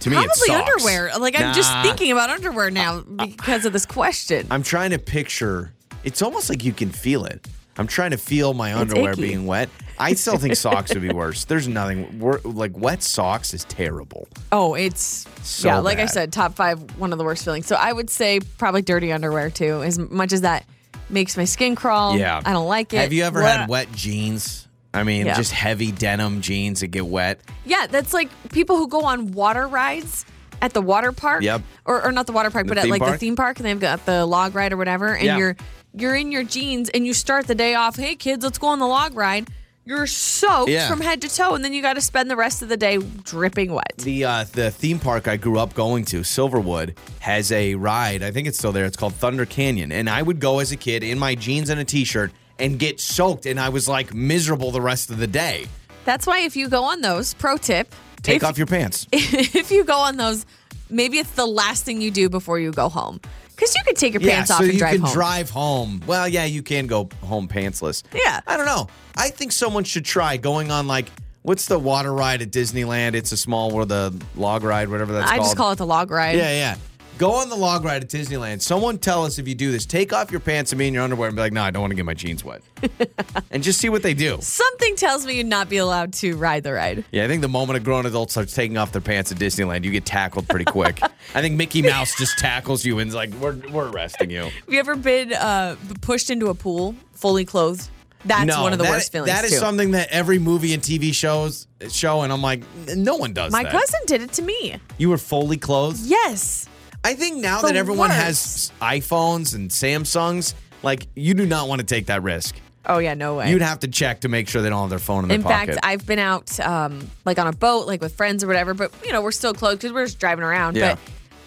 B: To me, it's
C: Probably
B: socks.
C: underwear. Like I'm just
B: Nah. Uh,
C: thinking about underwear now because of this question.
B: I'm trying to picture. It's almost like you can feel it. I'm trying to feel my underwear
C: icky.
B: being wet. I still think socks would be worse. There's nothing wor- like wet socks is terrible.
C: Oh, it's
B: So
C: yeah, like I
B: bad.
C: said, top five, one of the worst feelings. So I would say probably dirty underwear too. As much as that makes my skin crawl,
B: Yeah.
C: I don't like it.
B: Have you ever
C: Blah.
B: had wet jeans? I mean,
C: Yeah.
B: just heavy denim jeans that get wet.
C: Yeah, that's like people who go on water rides at the water park.
B: Yep.
C: Or, or not the water park,
B: The
C: but at
B: theme
C: like the
B: park?
C: theme park, and they've got the log ride or whatever, and
B: Yeah.
C: you're you're in your jeans, and you start the day off. Hey kids, let's go on the log ride. You're soaked
B: Yeah.
C: from head to toe, and then you got to spend the rest of the day dripping wet.
B: The uh, the theme park I grew up going to, Silverwood, has a ride. I think it's still there. It's called Thunder Canyon, and I would go as a kid in my jeans and a t-shirt and get soaked, and I was like miserable the rest of the day.
C: That's why if you go on those, pro tip,
B: Take
C: if
B: off your pants.
C: if you go on those, maybe it's the last thing you do before you go home. Because you could take your pants
B: yeah,
C: off
B: so
C: and
B: you
C: drive
B: can
C: home.
B: drive home. Well, yeah, you can go home pantsless.
C: Yeah.
B: I don't know. I think someone should try going on like what's the water ride at Disneyland? It's a small or the log ride, whatever that's
C: I
B: called.
C: just call it the log ride.
B: Yeah, yeah. Go on the log ride at Disneyland. Someone tell us if you do this. Take off your pants and be in your underwear and be like, no, I don't want to get my jeans wet. and just see what they do.
C: Something tells me you'd not be allowed to ride the ride.
B: Yeah, I think the moment a grown adult starts taking off their pants at Disneyland, you get tackled pretty quick. I think Mickey Mouse just tackles you and's like, we're, we're arresting you.
C: Have you ever been uh, pushed into a pool fully clothed? That's one of the
B: that-
C: worst feelings.
B: That is
C: too.
B: something that every movie and TV shows show, and I'm like, no one does
C: My
B: that.
C: cousin did it to me.
B: You were fully clothed?
C: Yes.
B: I think now
C: The
B: that everyone has
C: worst.
B: iPhones and Samsungs, like, you do not want to take that risk.
C: Oh yeah, no way.
B: You'd have to check to make sure they don't have their phone in their
C: in
B: pocket.
C: fact, I've been out um, like on a boat, like with friends or whatever. But you know, we're still clothed because we're just driving around.
B: Yeah.
C: But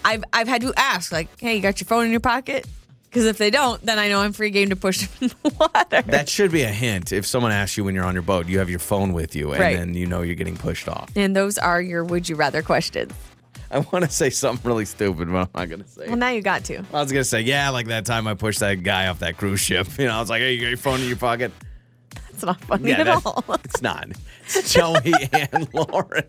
C: I've I've had to ask, like, hey, you got your phone in your pocket? Because if they don't, then I know I'm free game to push them in the water.
B: that should be a hint. If someone asks you when you're on your boat, you have your phone with you, and
C: Right.
B: then you know you're getting pushed off.
C: and those are your would you rather questions.
B: I want to say something really stupid, but I'm not gonna say.
C: Well,
B: it.
C: now you got to.
B: I was gonna say, yeah, like that time I pushed that guy off that cruise ship. You know, I was like, hey, you got your phone in your pocket?
C: That's not funny
B: Yeah,
C: at
B: that-
C: all.
B: it's not. It's Joey and Lauren.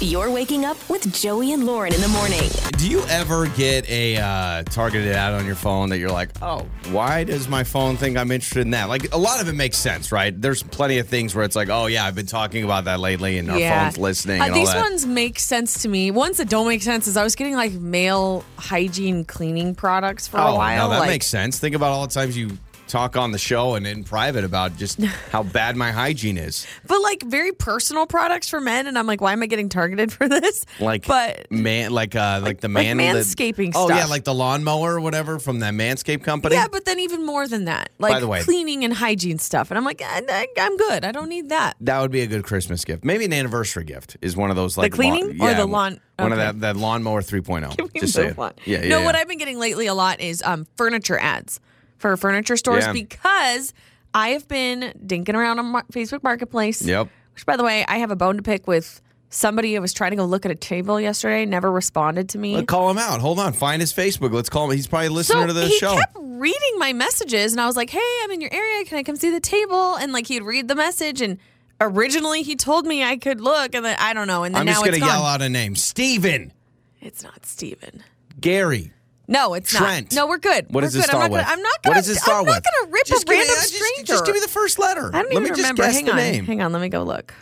A: You're waking up with Joey and Lauren in the morning.
B: Do you ever get a uh, targeted ad on your phone that you're like, oh, why does my phone think I'm interested in that? Like, a lot of it makes sense, right? There's plenty of things where it's like, oh, yeah, I've been talking about that lately, and our phone's listening.
C: Uh,
B: and all
C: these
B: that.
C: ones make sense to me. Ones that don't make sense is I was getting like male hygiene cleaning products for a
B: oh,
C: while.
B: now that
C: like,
B: makes sense. Think about all the times you talk on the show and in private about just how bad my hygiene is.
C: But like very personal products for men, and I'm like, why am I getting targeted for this?
B: Like,
C: but
B: man, like, uh, like, the
C: like
B: man,
C: manscaping
B: Oh yeah,
C: stuff.
B: like the lawnmower or whatever from that manscape company.
C: yeah, but then even more than that, like
B: the way-
C: cleaning and hygiene stuff, and I'm like, I, I, I'm good. I don't need that.
B: That would be a good Christmas gift. Maybe an anniversary gift is one of those like
C: cleaning or the lawn-
B: One of
C: okay.
B: that that lawnmower 3.0.
C: We
B: Just
C: move
B: saying.
C: on.
B: Yeah, yeah.
C: No,
B: yeah.
C: what I've been getting lately a lot is um furniture ads for furniture stores
B: Yeah.
C: because I have been dinking around on Mar- Facebook Marketplace.
B: Yep.
C: Which, by the way, I have a bone to pick with somebody who was trying to go look at a table yesterday, never responded to me.
B: Let's call him out. Hold on. Find his Facebook. Let's call him. He's probably listening
C: so
B: to the
C: he
B: show.
C: kept reading my messages, and I was like, "Hey, I'm in your area. Can I come see the table?" And like he'd read the message, and originally he told me I could look, and then I don't know, and then
B: I'm
C: now
B: just going to
C: it's gone.
B: yell out a name Steven,
C: It's not Steven.
B: Gary.
C: No, it's
B: Trent.
C: not. No, we're good.
B: What
C: we're
B: does it
C: good.
B: start
C: I'm not
B: with?
C: Gonna, I'm not
B: What
C: gonna.
B: does it start
C: I'm
B: with?
C: not gonna rip
B: Just
C: a
B: give me-
C: random
B: I just-
C: stranger.
B: Just give me the first letter.
C: I
B: Let
C: don't even
B: me just
C: remember.
B: guess
C: Hang
B: the
C: on.
B: name.
C: Hang on. Let me go look.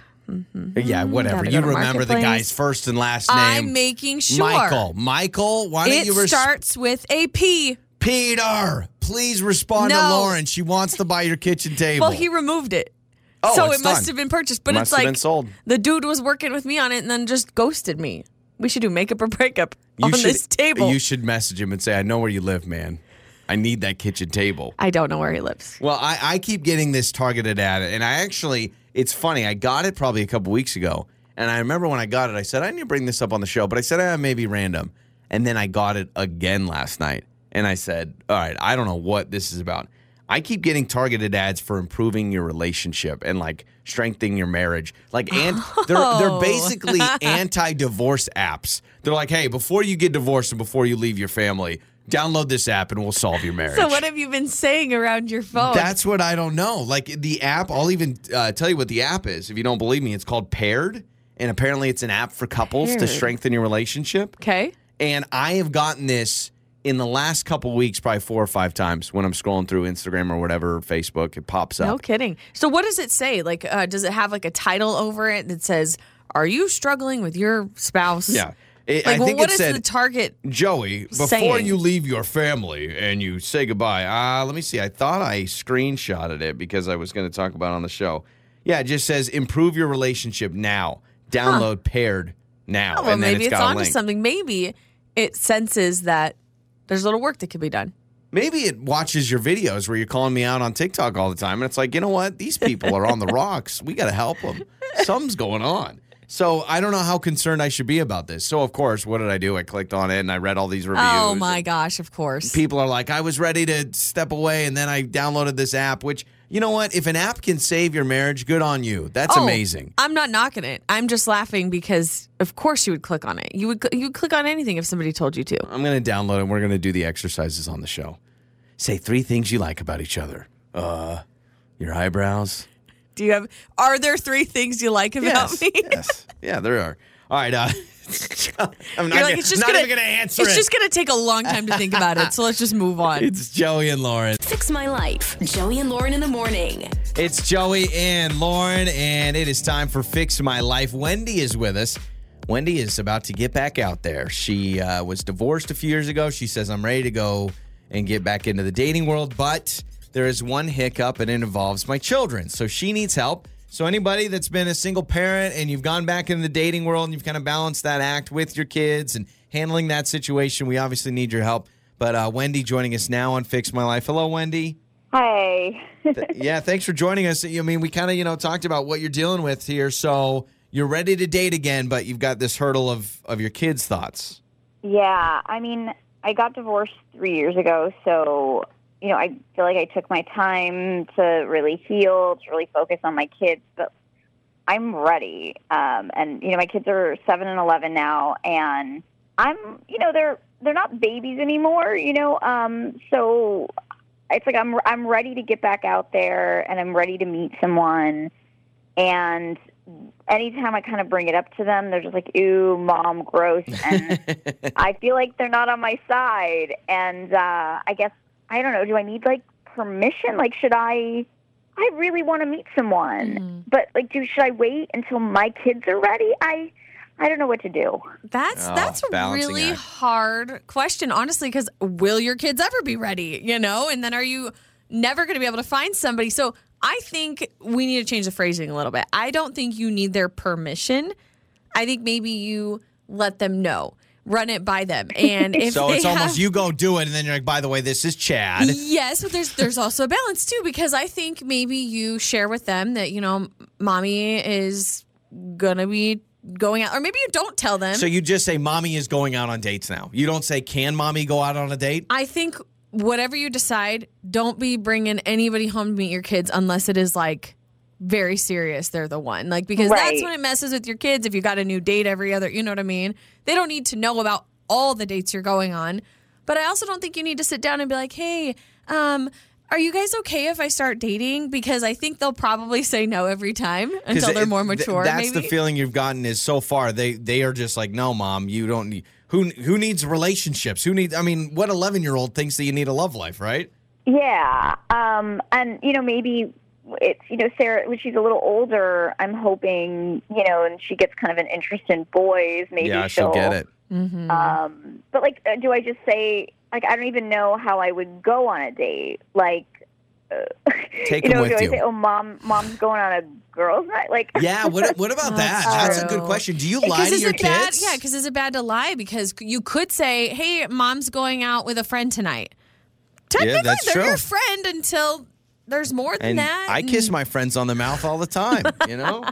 B: Yeah, whatever.
C: Gotta
B: You
C: go to
B: remember the
C: Marketplace.
B: guy's first and last name.
C: I'm making sure.
B: Michael. Michael, why don't
C: It
B: you respond?
C: starts with a P.
B: Peter, please respond to
C: No.
B: Lauren. She wants to buy your kitchen table.
C: Well, he removed it.
B: Oh,
C: so
B: it's
C: it must
B: done.
C: have been purchased. But
B: Must
C: it's
B: have
C: like
B: been sold.
C: the dude was working with me on it and then just ghosted me. We should do makeup or breakup
B: You
C: on
B: should-
C: this table.
B: You should message him and say, I know where you live, man. I need that kitchen table.
C: I don't know where he lives.
B: Well, I, I keep getting this targeted ad, and I actually, it's funny. I got it probably a couple weeks ago, and I remember when I got it, I said I need to bring this up on the show, but I said ah, maybe random, and then I got it again last night, and I said, all right, I don't know what this is about. I keep getting targeted ads for improving your relationship and like strengthening your marriage. Like, and they're
C: Oh.
B: they're basically anti-divorce apps. They're like, hey, before you get divorced and before you leave your family, download this app and we'll solve your marriage.
C: So what have you been saying around your phone?
B: That's what I don't know. Like the app, I'll even uh, tell you what the app is. If you don't believe me, it's called Paired, and apparently it's an app for couples to
C: Paired.
B: strengthen your relationship.
C: okay.
B: And I have gotten this in the last couple weeks, probably four or five times when I'm scrolling through Instagram or whatever, Facebook, it pops up.
C: No kidding. So what does it say? Like, uh, does it have like a title over it that says, "Are you struggling with your spouse?"
B: Yeah. It-
C: Like,
B: I
C: well,
B: think
C: what
B: it
C: is
B: said
C: the target?
B: Joey, before
C: saying?
B: you leave your family and you say goodbye, uh, let me see. I thought I screenshotted it because I was going to talk about it on the show. Yeah, it just says improve your relationship now. Download paired now.
C: Oh, Well,
B: Oh, and then
C: maybe it's,
B: got a
C: onto
B: link.
C: something. Maybe it senses that there's a little work that could be done.
B: Maybe it watches your videos where you're calling me out on TikTok all the time. And it's like, you know what? These people are on the rocks. We got to help them. Something's going on. So I don't know how concerned I should be about this. So, of course, what did I do? I clicked on it and I read all these reviews.
C: Oh
B: and-
C: my gosh! Of course.
B: people are like, I was ready to step away and then I downloaded this app, which, you know what? If an app can save your marriage, good on you. That's
C: Oh,
B: amazing.
C: I'm not knocking it. I'm just laughing because, of course, you would click on it. You would cl- you would click on anything if somebody told you to.
B: I'm going to download and we're going to do the exercises on the show. Say three things you like about each other. Uh, your eyebrows.
C: Do you have? Are there three things you like about me?
B: yes. Yeah, there are. All right. Uh, I'm not,
C: You're like,
B: gonna,
C: it's just
B: not
C: gonna,
B: even going to answer
C: It's
B: it.
C: just gonna take a long time to think about it. So let's just move on.
B: it's Joey and Lauren.
A: Fix My Life. Joey and Lauren in the morning.
B: It's Joey and Lauren, and it is time for Fix My Life. Wendy is with us. Wendy is about to get back out there. She uh, was divorced a few years ago. She says, I'm ready to go and get back into the dating world, but there is one hiccup, and it involves my children. So she needs help. So, anybody that's been a single parent and you've gone back into the dating world and you've kind of balanced that act with your kids and handling that situation, we obviously need your help. But uh, Wendy joining us now on Fix My Life. Hello, Wendy.
G: Hey.
B: Th- yeah, thanks for joining us. I mean, we kind of, you know, talked about what you're dealing with here. So you're ready to date again, but you've got this hurdle of of your kids' thoughts.
G: yeah, I mean, I got divorced three years ago, so you know, I feel like I took my time to really heal, to really focus on my kids, but I'm ready. Um, and you know, my kids are seven and eleven now, and I'm, you know, they're they're not babies anymore, you know. Um, so it's like I'm I'm ready to get back out there, and I'm ready to meet someone, and. Anytime I kind of bring it up to them, they're just like, "Ew, mom, gross," and I feel like they're not on my side, and uh, I guess I don't know. Do I need like permission? Like, should I? I really want to meet someone, but like, do should I wait until my kids are ready? I, I don't know what to do.
C: That's
B: Oh,
C: that's a
B: balancing
C: really
B: act.
C: hard question, honestly, because will your kids ever be ready? You know, and then are you never going to be able to find somebody? So I think we need to change the phrasing a little bit. I don't think you need their permission. I think maybe you let them know, run it by them, and if
B: so
C: they
B: it's
C: have-
B: almost you go do it, and then you're like, by the way, this is Chad.
C: Yes, but there's there's also a balance too because I think maybe you share with them that you know, mommy is gonna be going out, or maybe you don't tell them.
B: So you just say, "Mommy is going out on dates now." You don't say, "Can mommy go out on a date?"
C: I think whatever you decide, don't be bringing anybody home to meet your kids unless it is like very serious. They're the one, like because that's
G: Right.
C: when it messes with your kids. If you got a new date every other, you know what I mean. They don't need to know about all the dates you're going on. But I also don't think you need to sit down and be like, hey, um. are you guys okay if I start dating? Because I think they'll probably say no every time until they're
B: it-
C: more
B: th-
C: mature.
B: that's
C: maybe.
B: the feeling you've gotten is so far they they are just like, no, mom, you don't need. Who who needs relationships? Who needs? I mean, what eleven year old thinks that you need a love life, right?
G: Yeah. Um, and, you know, maybe it's, you know, Sarah, when she's a little older, I'm hoping, you know, and she gets kind of an interest in boys. Maybe
C: Mhm.
F: Uh,
B: Mm-hmm.
G: Um, but, like, uh, do I just say, like, I don't even know how I would go on a date? Like, uh,
B: Take
G: you
B: him
G: know,
B: with
G: do
B: you.
G: I say, oh, mom, mom's going on a girls' night? Like,
B: Yeah. What what about that?
C: That's
B: That's a
C: true.
B: good question. Do you lie
C: Because
B: to
C: is
B: your
C: it bad?
B: kids?
C: Yeah, because is it bad to lie? Because you could say, "Hey, mom's going out with a friend tonight." Technically,
B: that's
C: they're
B: true.
C: your friend until there's more than
B: and
C: that.
B: I kiss my friends on the mouth all the time, you know?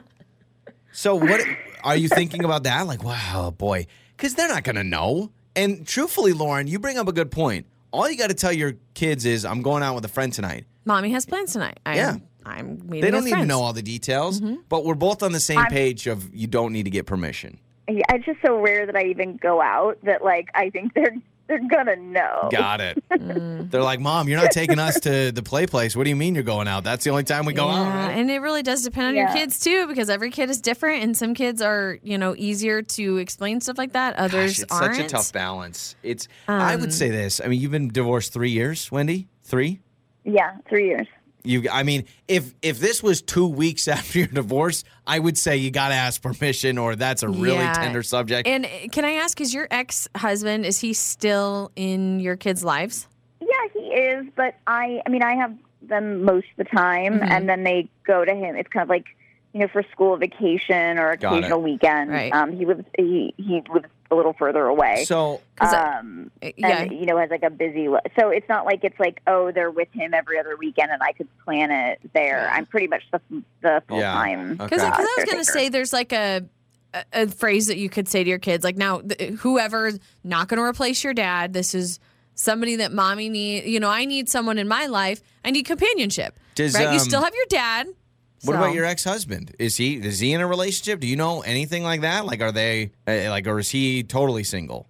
B: So what are you thinking about that? Like, wow, boy, because they're not gonna know. And truthfully, Lauren, you bring up a good point. All you got to tell your kids is, "I'm going out with a friend tonight."
C: Mommy has plans tonight. I'm,
B: Yeah.
C: I'm meeting.
B: They don't
C: with
B: need to
C: friends. Mm-hmm.
B: know all the details, but we're both on the same page of you don't need to get permission.
G: Yeah, it's just so rare that I even go out that, like, I think they're, they're going to know.
B: Got it.
C: Mm.
B: They're like, "Mom, you're not taking us to the play place. What do you mean you're going out? That's the only time we go out."
C: Yeah,
B: right?"
C: and it really does depend on your
G: Yeah.
C: kids too, because every kid is different, and some kids are, you know, easier to explain stuff like that. Others
B: Gosh, it's
C: aren't.
B: such a tough balance. It's I
C: Um,
B: would say this. I mean, you've been divorced three years, Wendy. Three.
G: Yeah, three years.
B: You. I mean, if if this was two weeks after your divorce, I would say you got to ask permission, or that's a really
C: Yeah.
B: tender subject.
C: And uh, can I ask, is your ex husband is he still in your kids' lives?
G: Yeah, he is, but I I mean I have them most of the time
B: Mm-hmm.
G: and then they go to him. It's kind of like, you know, for school vacation or
B: Got it.
G: occasional weekend.
C: Right.
G: Um he lives he he lives a little further away.
B: so
C: 'Cause, uh,
G: um
C: Uh, Yeah.
G: and you know has like a busy li- so it's not like it's like oh they're with him every other weekend and I could plan it there. I'm pretty much the the full
B: Yeah.
G: time.
B: Okay.
C: Because
G: uh,
C: I was going to
G: caretaker.
C: say there's like a, a a phrase that you could say to your kids like now th- whoever's not going to replace your dad this is somebody that mommy need you know I need someone in my life I need companionship
B: Does,
C: right you
B: um,
C: still have your dad
B: What
C: so-
B: about your ex-husband? Is he is he in a relationship? Do you know anything like that? Like, are they eh, like, or is he totally single?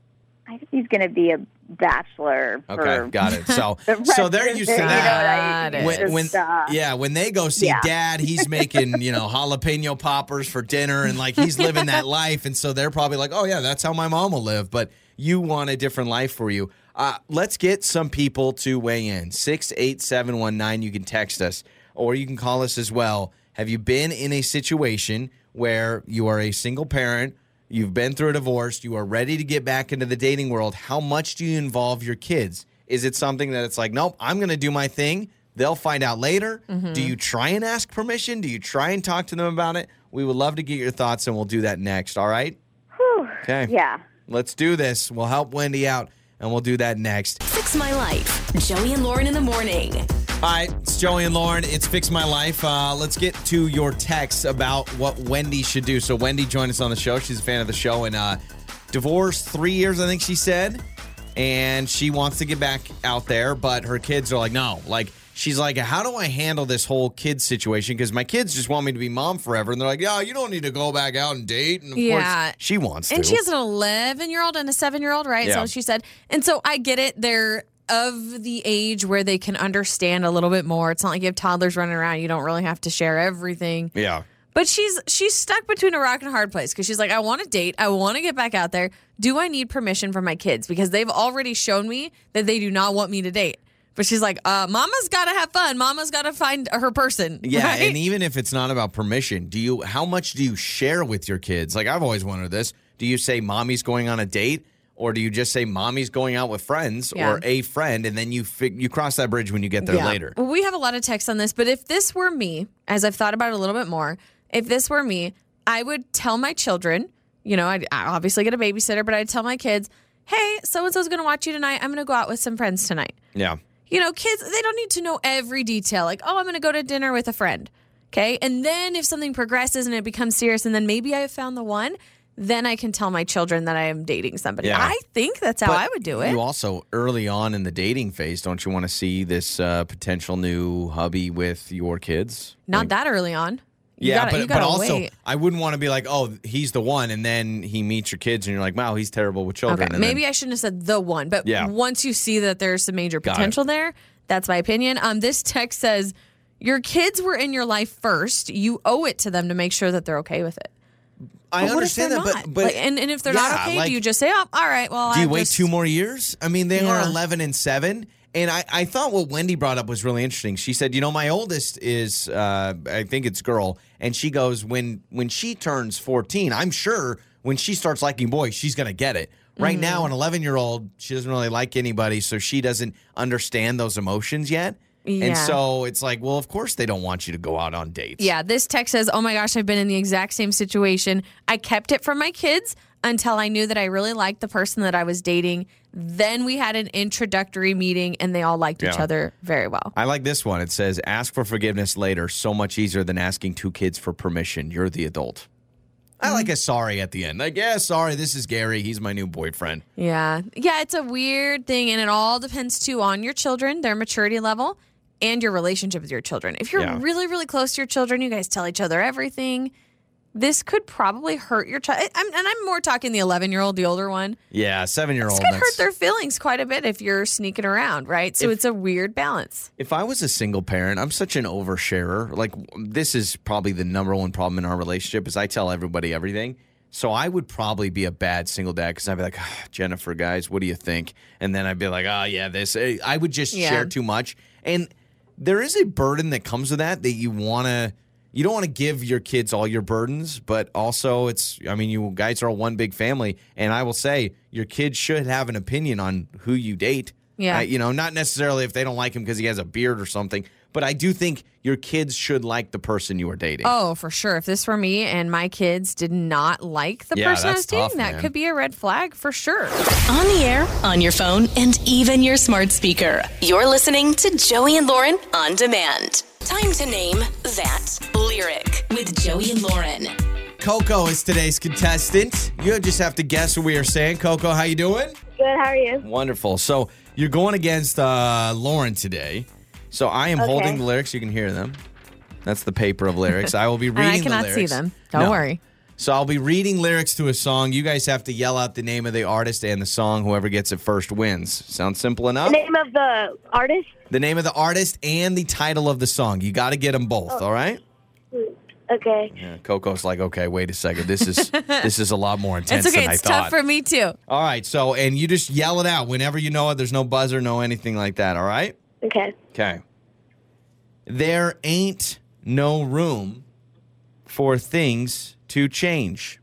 G: I think he's going to be a bachelor
B: Okay,
G: for
B: got it. So,
G: the rest
B: so they're
G: of
B: used to
G: it, you know,
B: that.
G: like,
C: Got it.
G: it's
B: when,
G: just,
B: when
G: uh,
B: yeah, when they go see
G: yeah.
B: dad, he's making you know jalapeno poppers for dinner, and like he's living that life, and so they're probably like, oh yeah, that's how my mom will live. But you want a different life for you. Uh, let's get some people to weigh in. Six eight seven one nine. You can text us or you can call us as well. Have you been in a situation where you are a single parent? You've been through a divorce. You are ready to get back into the dating world. How much do you involve your kids? Is it something that it's like, nope, I'm going to do my thing? They'll find out later. Do you try and ask permission? Do you try and talk to them about it? We would love to get your thoughts and we'll do that next. All right. Okay.
G: yeah.
B: Let's do this. We'll help Wendy out and we'll do that next.
A: Fix My Life. Joey and Lauren in the morning.
B: All right. It's Joey and Lauren. It's Fix My Life. Uh, let's get to your texts about what Wendy should do. So, Wendy joined us on the show. She's a fan of the show and uh, divorced three years, I think she said. And she wants to get back out there, but her kids are like, no. Like, she's like, how do I handle this whole kids situation? Because my kids just want me to be mom forever. And they're like, yeah, you don't need to go back out and date. And of
C: Yeah.
B: course, she wants
C: And
B: to.
C: she has an 11 year old and a seven year old, right?
B: Yeah.
C: So she said, and so I get it. They're of the age where they can understand a little bit more. It's not like you have toddlers running around. You don't really have to share everything.
B: yeah.
C: But she's she's stuck between a rock and a hard place because she's like, I want to date. I want to get back out there. Do I need permission from my kids? Because they've already shown me that they do not want me to date. But she's like, uh, Mama's got to have fun. Mama's got to find her person.
B: Yeah,
C: right?
B: and even if it's not about permission, do you how much do you share with your kids? Like I've always wondered this. Do you say mommy's going on a date or do you just say mommy's going out with friends
C: Yeah.
B: or a friend and then you fig- you cross that bridge when you get there later?
C: Well, we have a lot of texts on this, but if this were me, as I've thought about it a little bit more, if this were me, I would tell my children, you know, I'd, i obviously get a babysitter, but I'd tell my kids, hey, so and so's going to watch you tonight. I'm going to go out with some friends tonight.
B: Yeah.
C: You know, kids, they don't need to know every detail. Like, oh, I'm going to go to dinner with a friend. Okay. And then if something progresses and it becomes serious, and then maybe I have found the one, then I can tell my children that I am dating somebody.
B: Yeah.
C: I think that's how I would do it.
B: You also early on in the dating phase, don't you want to see this uh, potential new hubby with your kids?
C: Not that early on. You
B: yeah,
C: gotta- you
B: but, but
C: gotta
B: also
C: wait.
B: I wouldn't want to be like, oh, he's the one, and then he meets your kids, and you're like, wow, he's terrible with children.
C: Okay,
B: and then-
C: maybe I shouldn't have said the one, but
B: Yeah.
C: once you see that there's some major
B: Got it.
C: potential there, That's my opinion. Um, this text says, Your kids were in your life first. You owe it to them to make sure that they're okay with it.
B: I
C: But what if
B: understand
C: they're
B: that,
C: not?
B: but but
C: Like, and, and if they're
B: Yeah,
C: not okay,
B: like-
C: do you just say, Oh, all right, well,
B: Do you
C: I
B: wait
C: just-
B: two more years? I mean, they are
C: Yeah.
B: 11 and 7. And I, I thought what Wendy brought up was really interesting. She said, you know, my oldest is, uh, I think it's girl. And she goes, when, when she turns 14, I'm sure when she starts liking boys, she's going to get it. Right
C: Mm-hmm.
B: now, an 11 year old, she doesn't really like anybody. So she doesn't understand those emotions yet. And
C: Yeah.
B: so it's like, well, of course they don't want you to go out on dates.
C: Yeah, this text says, Oh my gosh, I've been in the exact same situation. I kept it from my kids until I knew that I really liked the person that I was dating. Then we had an introductory meeting and they all liked each
B: Yeah.
C: other very well.
B: I like this one. It says, ask for forgiveness later. So much easier than asking two kids for permission. You're the adult. I
C: Mm-hmm.
B: like a sorry at the end. Like, yeah, sorry, this is Gary. He's my new boyfriend.
C: Yeah. Yeah, it's a weird thing. And it all depends, too, on your children, their maturity level, and your relationship with your children. If you're
B: Yeah.
C: really, really close to your children, you guys tell each other everything. This could probably hurt your child. I'm, and I'm more talking the 11 year old, the older one.
B: Yeah, seven year old.
C: This could hurt their feelings quite a bit if you're sneaking around, right? So it's a weird balance.
B: If I was a single parent, I'm such an oversharer. Like, w- this is probably the number one problem in our relationship is I tell everybody everything. So I would probably be a bad single dad because I'd be like, "Ah, Jennifer, guys, what do you think? And then I'd be like, oh, yeah, this. eh," I would just
C: Yeah.
B: share too much. And there is a burden that comes with that that you want to, you don't want to give your kids all your burdens, but also it's, I mean, you guys are one big family. And I will say, your kids should have an opinion on who you date.
C: Yeah.
B: I- you know, not necessarily if they don't like him because he has a beard or something, but I do think your kids should like the person you are dating.
C: Oh, for sure. If this were me and my kids did not like the
B: Yeah,
C: person I
B: that's
C: was dating,
B: tough,
C: that
B: man.
C: could be a red flag for sure.
A: On the air, on your phone, and even your smart speaker. You're listening to Joey and Lauren on demand. Time to name that lyric with Joey and Lauren.
B: Coco is today's contestant. You just have to guess what we are saying. Coco, how you doing?
G: Good. How are you?
B: Wonderful. So you're going against uh, Lauren today. So I am holding the lyrics. You can hear them. That's the paper of lyrics. I will be reading.
C: And I
B: the
C: cannot see
B: lyrics.
C: them. Don't
B: No.
C: worry.
B: So I'll be reading lyrics to a song. You guys have to yell out the name of the artist and the song. Whoever gets it first wins. Sounds simple enough.
G: Name of the artist?
B: The name of the artist and the title of the song. You got to get them both.
C: Oh.
B: All right.
G: Okay.
B: Yeah, Coco's like, okay, wait a second. This is this is a lot more intense
C: It's okay.
B: than
C: It's
B: I thought.
C: tough for me too.
B: all right. So and you just yell it out whenever you know it. There's no buzzer, no anything like that. All right.
G: Okay.
B: Okay. There ain't no room for things to change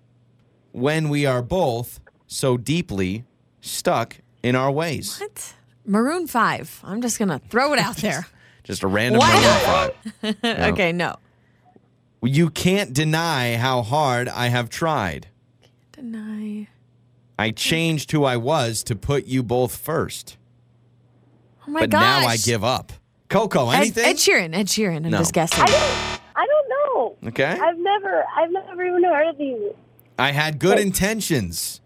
B: when we are both so deeply stuck in our ways.
C: What? Maroon 5. I'm just going to throw it out there.
B: Just a random.
C: Why
B: Maroon
C: not?
B: five.
C: okay, no.
B: You can't deny how hard I have tried.
C: Deny.
B: I changed who I was to put you both first.
C: Oh my
B: but
C: gosh.
B: now I give up. Coco,
C: Ed,
B: anything?
C: Ed Sheeran. Ed Sheeran. I'm
B: No.
C: just guessing.
G: I don't know.
B: okay.
G: I've never, I've never even heard of these.
B: I had good intentions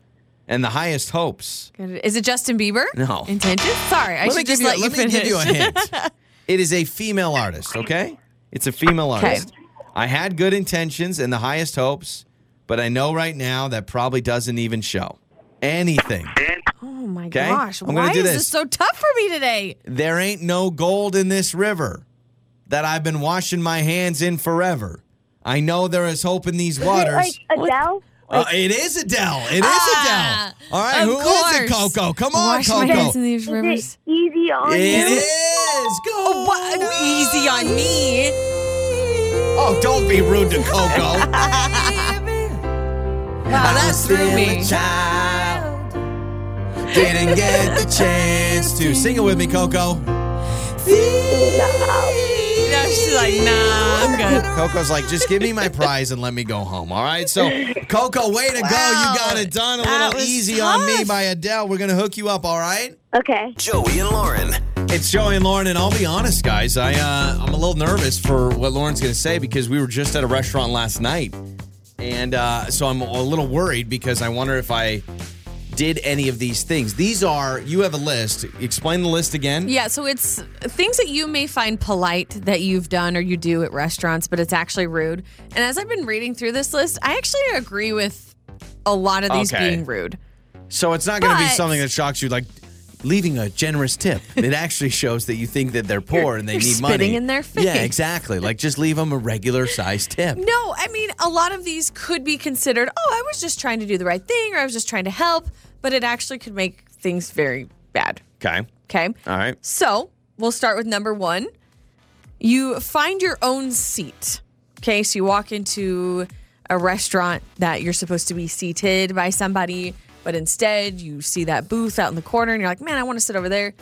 B: and the highest hopes.
C: Good. Is it Justin Bieber?
B: No.
C: Intentions? Sorry,
B: let
C: I
B: me
C: should
B: give
C: just
B: you,
C: let you
B: let me
C: finish.
B: give you a hint. it is a female artist, okay? It's a female
C: Okay.
B: artist. I had good intentions and the highest hopes, but I know right now that probably doesn't even show anything.
C: oh my
B: Okay,
C: gosh.
B: I'm gonna
C: Why
B: do
C: is
B: this.
C: this so tough for me today?
B: There ain't no gold in this river that I've been washing my hands in forever. I know there is hope in these waters.
G: Like Adele?
B: Uh, it is Adele. It is Adele.
C: Ah,
B: All right,
C: of
B: who is it,
C: course.
B: Coco? Come on,
C: Wash
B: Coco.
C: my hands in these
G: Is
C: rivers.
G: it easy on
B: It
G: you?
B: is. Go.
C: Oh, what? Easy on me.
B: Oh, don't be rude to Coco.
C: Wow, that threw me.
B: child. Didn't get the chance to sing it with me, Coco.
C: No, she's like, nah, I'm good.
B: Coco's like, just give me my prize and let me go home. All right. So, Coco, way to go.
C: Wow.
B: You got it done. A
C: That
B: little
C: was
B: easy on
C: tough.
B: me by Adele. We're going to hook you up. All right.
G: Okay.
D: Joey and Lauren.
B: It's Joey and Lauren, and I'll be honest, guys. I uh, I'm a little nervous for what Lauren's going to say because we were just at a restaurant last night, and uh, so I'm a little worried because I wonder if I did any of these things. These are you have a list. Explain the list again.
C: Yeah, so it's things that you may find polite that you've done or you do at restaurants, but it's actually rude. And as I've been reading through this list, I actually agree with a lot of these
B: Okay.
C: being rude.
B: So it's not going to be
C: But-
B: something that shocks you, like leaving a generous tip. It actually shows that you think that they're poor and they
C: You're
B: need
C: spitting
B: money.
C: in their
B: Yeah,
C: face.
B: exactly. Like just leave them a regular size tip.
C: No, I mean, a lot of these could be considered, oh, I was just trying to do the right thing or I was just trying to help, but it actually could make things very bad.
B: Okay.
C: Okay.
B: All right.
C: So we'll start with number one. You find your own seat. Okay. So you walk into a restaurant that you're supposed to be seated by somebody, but instead you see that booth out in the corner and you're like, man, I want to sit over there.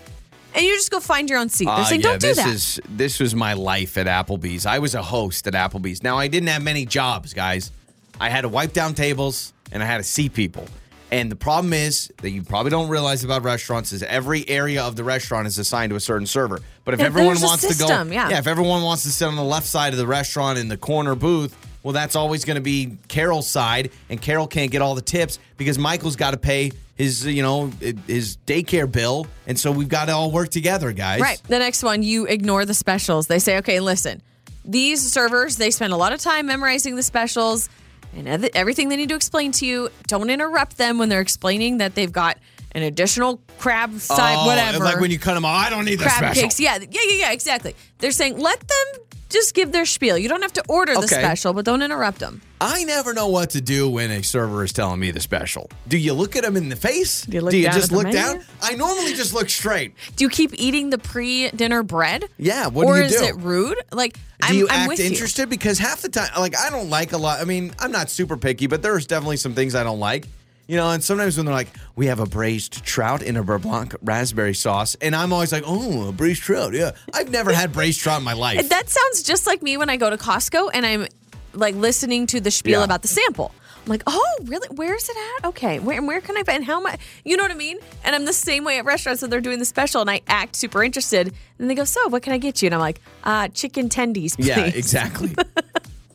C: And you just go find your own seat. They're
B: Uh,
C: saying,
B: yeah,
C: don't do
B: this
C: that.
B: is this was my life at Applebee's. I was a host at Applebee's. Now I didn't have many jobs, guys. I had to wipe down tables and I had to see people. And the problem is that you probably don't realize about restaurants is every area of the restaurant is assigned to a certain server. But if
C: Yeah,
B: everyone
C: there's a
B: wants to
C: system,
B: go,
C: yeah.
B: if everyone wants to sit on the left side of the restaurant in the corner booth, well, that's always going to be Carol's side, and Carol can't get all the tips because Michael's got to pay his, you know, his daycare bill, and so we've got to all work together, guys.
C: Right. The next one, you ignore the specials. They say, okay, listen, these servers, they spend a lot of time memorizing the specials and ev- everything they need to explain to you. Don't interrupt them when they're explaining that they've got an additional crab side,
B: Oh,
C: whatever.
B: Like when you cut them off, I don't need the
C: crab
B: special.
C: cakes. Yeah, yeah, yeah, yeah, exactly. They're saying, let them just give their spiel. You don't have to order the
B: Okay.
C: special, but don't interrupt them.
B: I never know what to do when a server is telling me the special. Do you look at them in the face? Do
C: you look down
B: just
C: at the
B: look
C: menu?
B: down? I normally just look straight.
C: Do you keep eating the pre dinner bread?
B: Yeah, what do
C: or
B: you
C: is
B: do?
C: it rude? Like,
B: Do
C: I'm,
B: you
C: I'm
B: act
C: with you.
B: interested? Because half the time, like I don't like a lot. I mean, I'm not super picky, but there's definitely some things I don't like. You know, and sometimes when they're like, we have a braised trout in a beurre blanc raspberry sauce, and I'm always like, oh, a braised trout, yeah. I've never had braised trout in my life.
C: That sounds just like me when I go to Costco and I'm like listening to the spiel
B: Yeah.
C: about the sample. I'm like, oh, really? Where's it at? Okay, where where can I find? And how much? You know what I mean? And I'm the same way at restaurants when they're doing the special, and I act super interested. And they go, so what can I get you? And I'm like, uh, chicken tendies, please.
B: Yeah, exactly.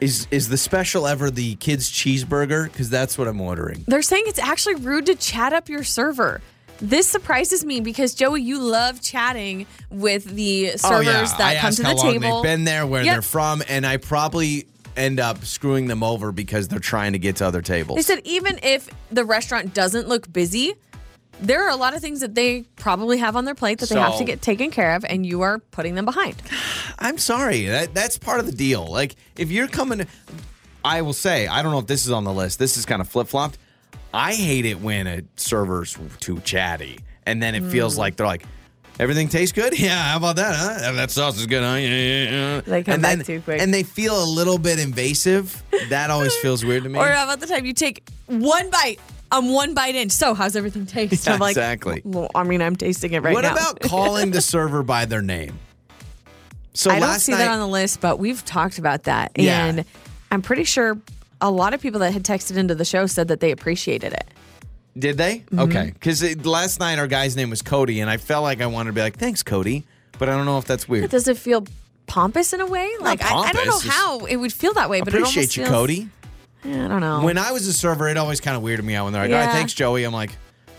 B: is is the special ever the kids cheeseburger? Because that's what I'm ordering.
C: They're saying it's actually rude to chat up your server. This surprises me because Joey, you love chatting with the Oh, servers that
B: Oh, I
C: come
B: ask
C: to
B: how
C: the
B: long
C: table.
B: They've been there, where
C: Yep.
B: they're from, and I probably end up screwing them over because they're trying to get to other tables.
C: They said even if the restaurant doesn't look busy, there are a lot of things that they probably have on their plate that they have
B: So-
C: to get taken care of, and you are putting them behind.
B: I'm sorry. That that's part of the deal. Like if you're coming I will say, I don't know if this is on the list. This is kind of flip-flopped. I hate it when a server's too chatty and then it
C: Hmm.
B: feels like they're like Everything tastes good? Yeah, how about that? Huh? That sauce is good, huh? Yeah, yeah, yeah.
C: They come
B: and
C: back
B: then-
C: too quick.
B: And they feel a little bit invasive. That always feels weird to me.
C: Or uh, how about the time you take one bite? I'm one bite in. So how's everything taste?
B: Yeah,
C: I'm like,
B: exactly.
C: Well, I mean, I'm tasting it right
B: what
C: now.
B: about calling the server by their name? So
C: I don't
B: last
C: see
B: night,
C: that on the list, but we've talked about that,
B: Yeah.
C: and I'm pretty sure a lot of people that had texted into the show said that they appreciated it.
B: Did they?
C: Mm-hmm.
B: Okay. Because last night our guy's name was Cody, and I felt like I wanted to be like, "Thanks, Cody," but I don't know if that's weird.
C: Does it feel pompous in a way? Like I, I don't know
B: pompous, just-
C: how it would feel that way, but it almost
B: Appreciate you,
C: feels-
B: Cody.
C: I don't know.
B: When I was a server, it always kind of weirded me out when they're like, "All right,
C: Yeah.
B: thanks, Joey." I'm like,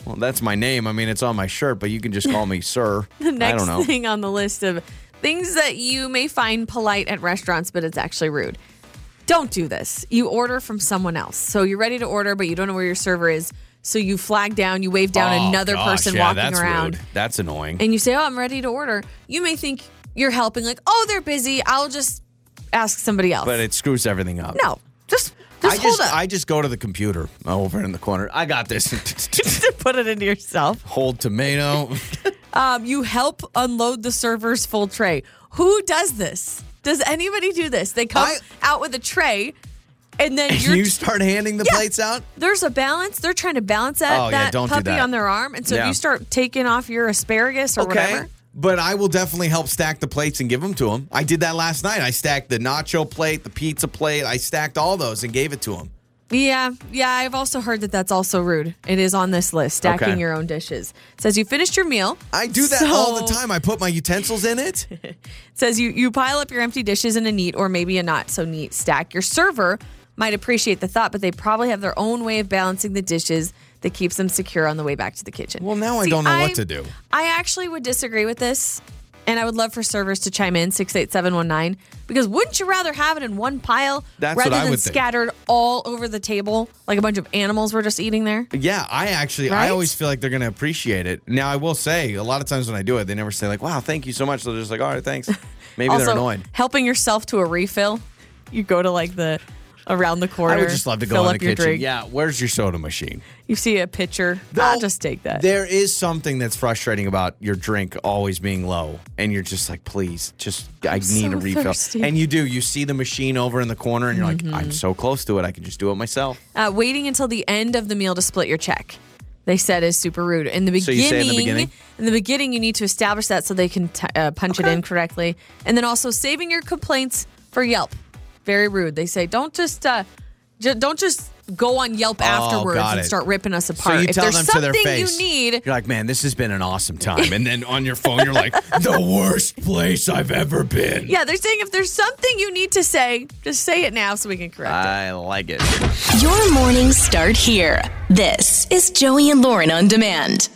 B: "Well, that's my name. I mean, it's on my shirt, but you can just call me Sir."
C: the next
B: I don't know.
C: thing on the list of things that you may find polite at restaurants, but it's actually rude. Don't do this. You order from someone else. So you're ready to order, but you don't know where your server is. So you flag down, you wave down
B: Oh,
C: another
B: gosh,
C: person
B: yeah,
C: walking
B: that's
C: around,
B: rude. That's annoying.
C: and you say, Oh, I'm ready to order. You may think you're helping, like, Oh, they're busy. I'll just ask somebody else.
B: but it screws everything up.
C: no, just, just
B: I
C: hold
B: just
C: up.
B: I just go to the computer over in the corner. I got this.
C: Put it into yourself.
B: Hold tomato.
C: Um, you help unload the server's full tray. Who does this? Does anybody do this? They come
B: I-
C: out with a tray, and then you're,
B: you start handing the
C: Yeah.
B: plates out.
C: there's a balance. They're trying to balance that,
B: Oh, yeah,
C: that
B: don't do
C: puppy
B: that.
C: on their arm, and so
B: Yeah.
C: if you start taking off your asparagus or whatever.
B: But I will definitely help stack the plates and give them to him. I did that last night. I stacked the nacho plate, the pizza plate. I stacked all those and gave it to him.
C: Yeah, yeah. I've also heard that that's also rude. It is on this list. Stacking
B: Okay.
C: your own dishes It says you finished your meal.
B: I do that all the
C: so-
B: time. I put my utensils in it.
C: says you you pile up your empty dishes in a neat or maybe a not so neat stack. Your server might appreciate the thought, but they probably have their own way of balancing the dishes that keeps them secure on the way back to the kitchen.
B: Well, now I don't know what to do.
C: I actually would disagree with this And I would love for servers to chime in 68719 because wouldn't you rather have it in one pile
B: That's what
C: rather
B: I
C: than
B: would think.
C: scattered all over the table like a bunch of animals were just eating there?
B: Yeah, I actually, I
C: Right?
B: always feel like they're going to appreciate it. Now, I will say, a lot of times when I do it, they never say like, "Wow, thank you so much." They're just like, "All right, thanks." Maybe
C: also,
B: they're annoyed.
C: helping yourself to a refill, you go to like the around the corner.
B: I would just love to go
C: fill
B: in
C: up
B: the
C: your
B: kitchen.
C: Drink.
B: Yeah, where's your soda machine?
C: You see a pitcher, I'll
B: Though,
C: just take that.
B: There is something that's frustrating about your drink always being low, and you're just like, please, just i need
C: so
B: a refill.
C: thirsty. Mm-hmm.
B: And you do. You see the machine over in the corner, and you're like, I'm so close to it. I can just do it myself.
C: uh, waiting until the end of the meal to split your check. They said is super rude. In the
B: So
C: beginning,
B: you say in the beginning?
C: in the beginning, you need to establish that so they can t- uh, punch it in correctly, and then also saving your complaints for Yelp. Very rude. They say don't just uh, ju- don't just go on Yelp afterwards
B: Oh, got
C: and
B: it.
C: start ripping us
B: So
C: apart.
B: you
C: if
B: tell
C: there's
B: them to
C: something
B: their face.
C: you need,
B: You're like, man, this has been an awesome time. And then on your phone, you're like, the worst place I've ever been.
C: yeah, they're saying if there's something you need to say, just say it now so we can correct. it.
B: I like it.
A: Your mornings start here. This is Joey and Lauren on demand.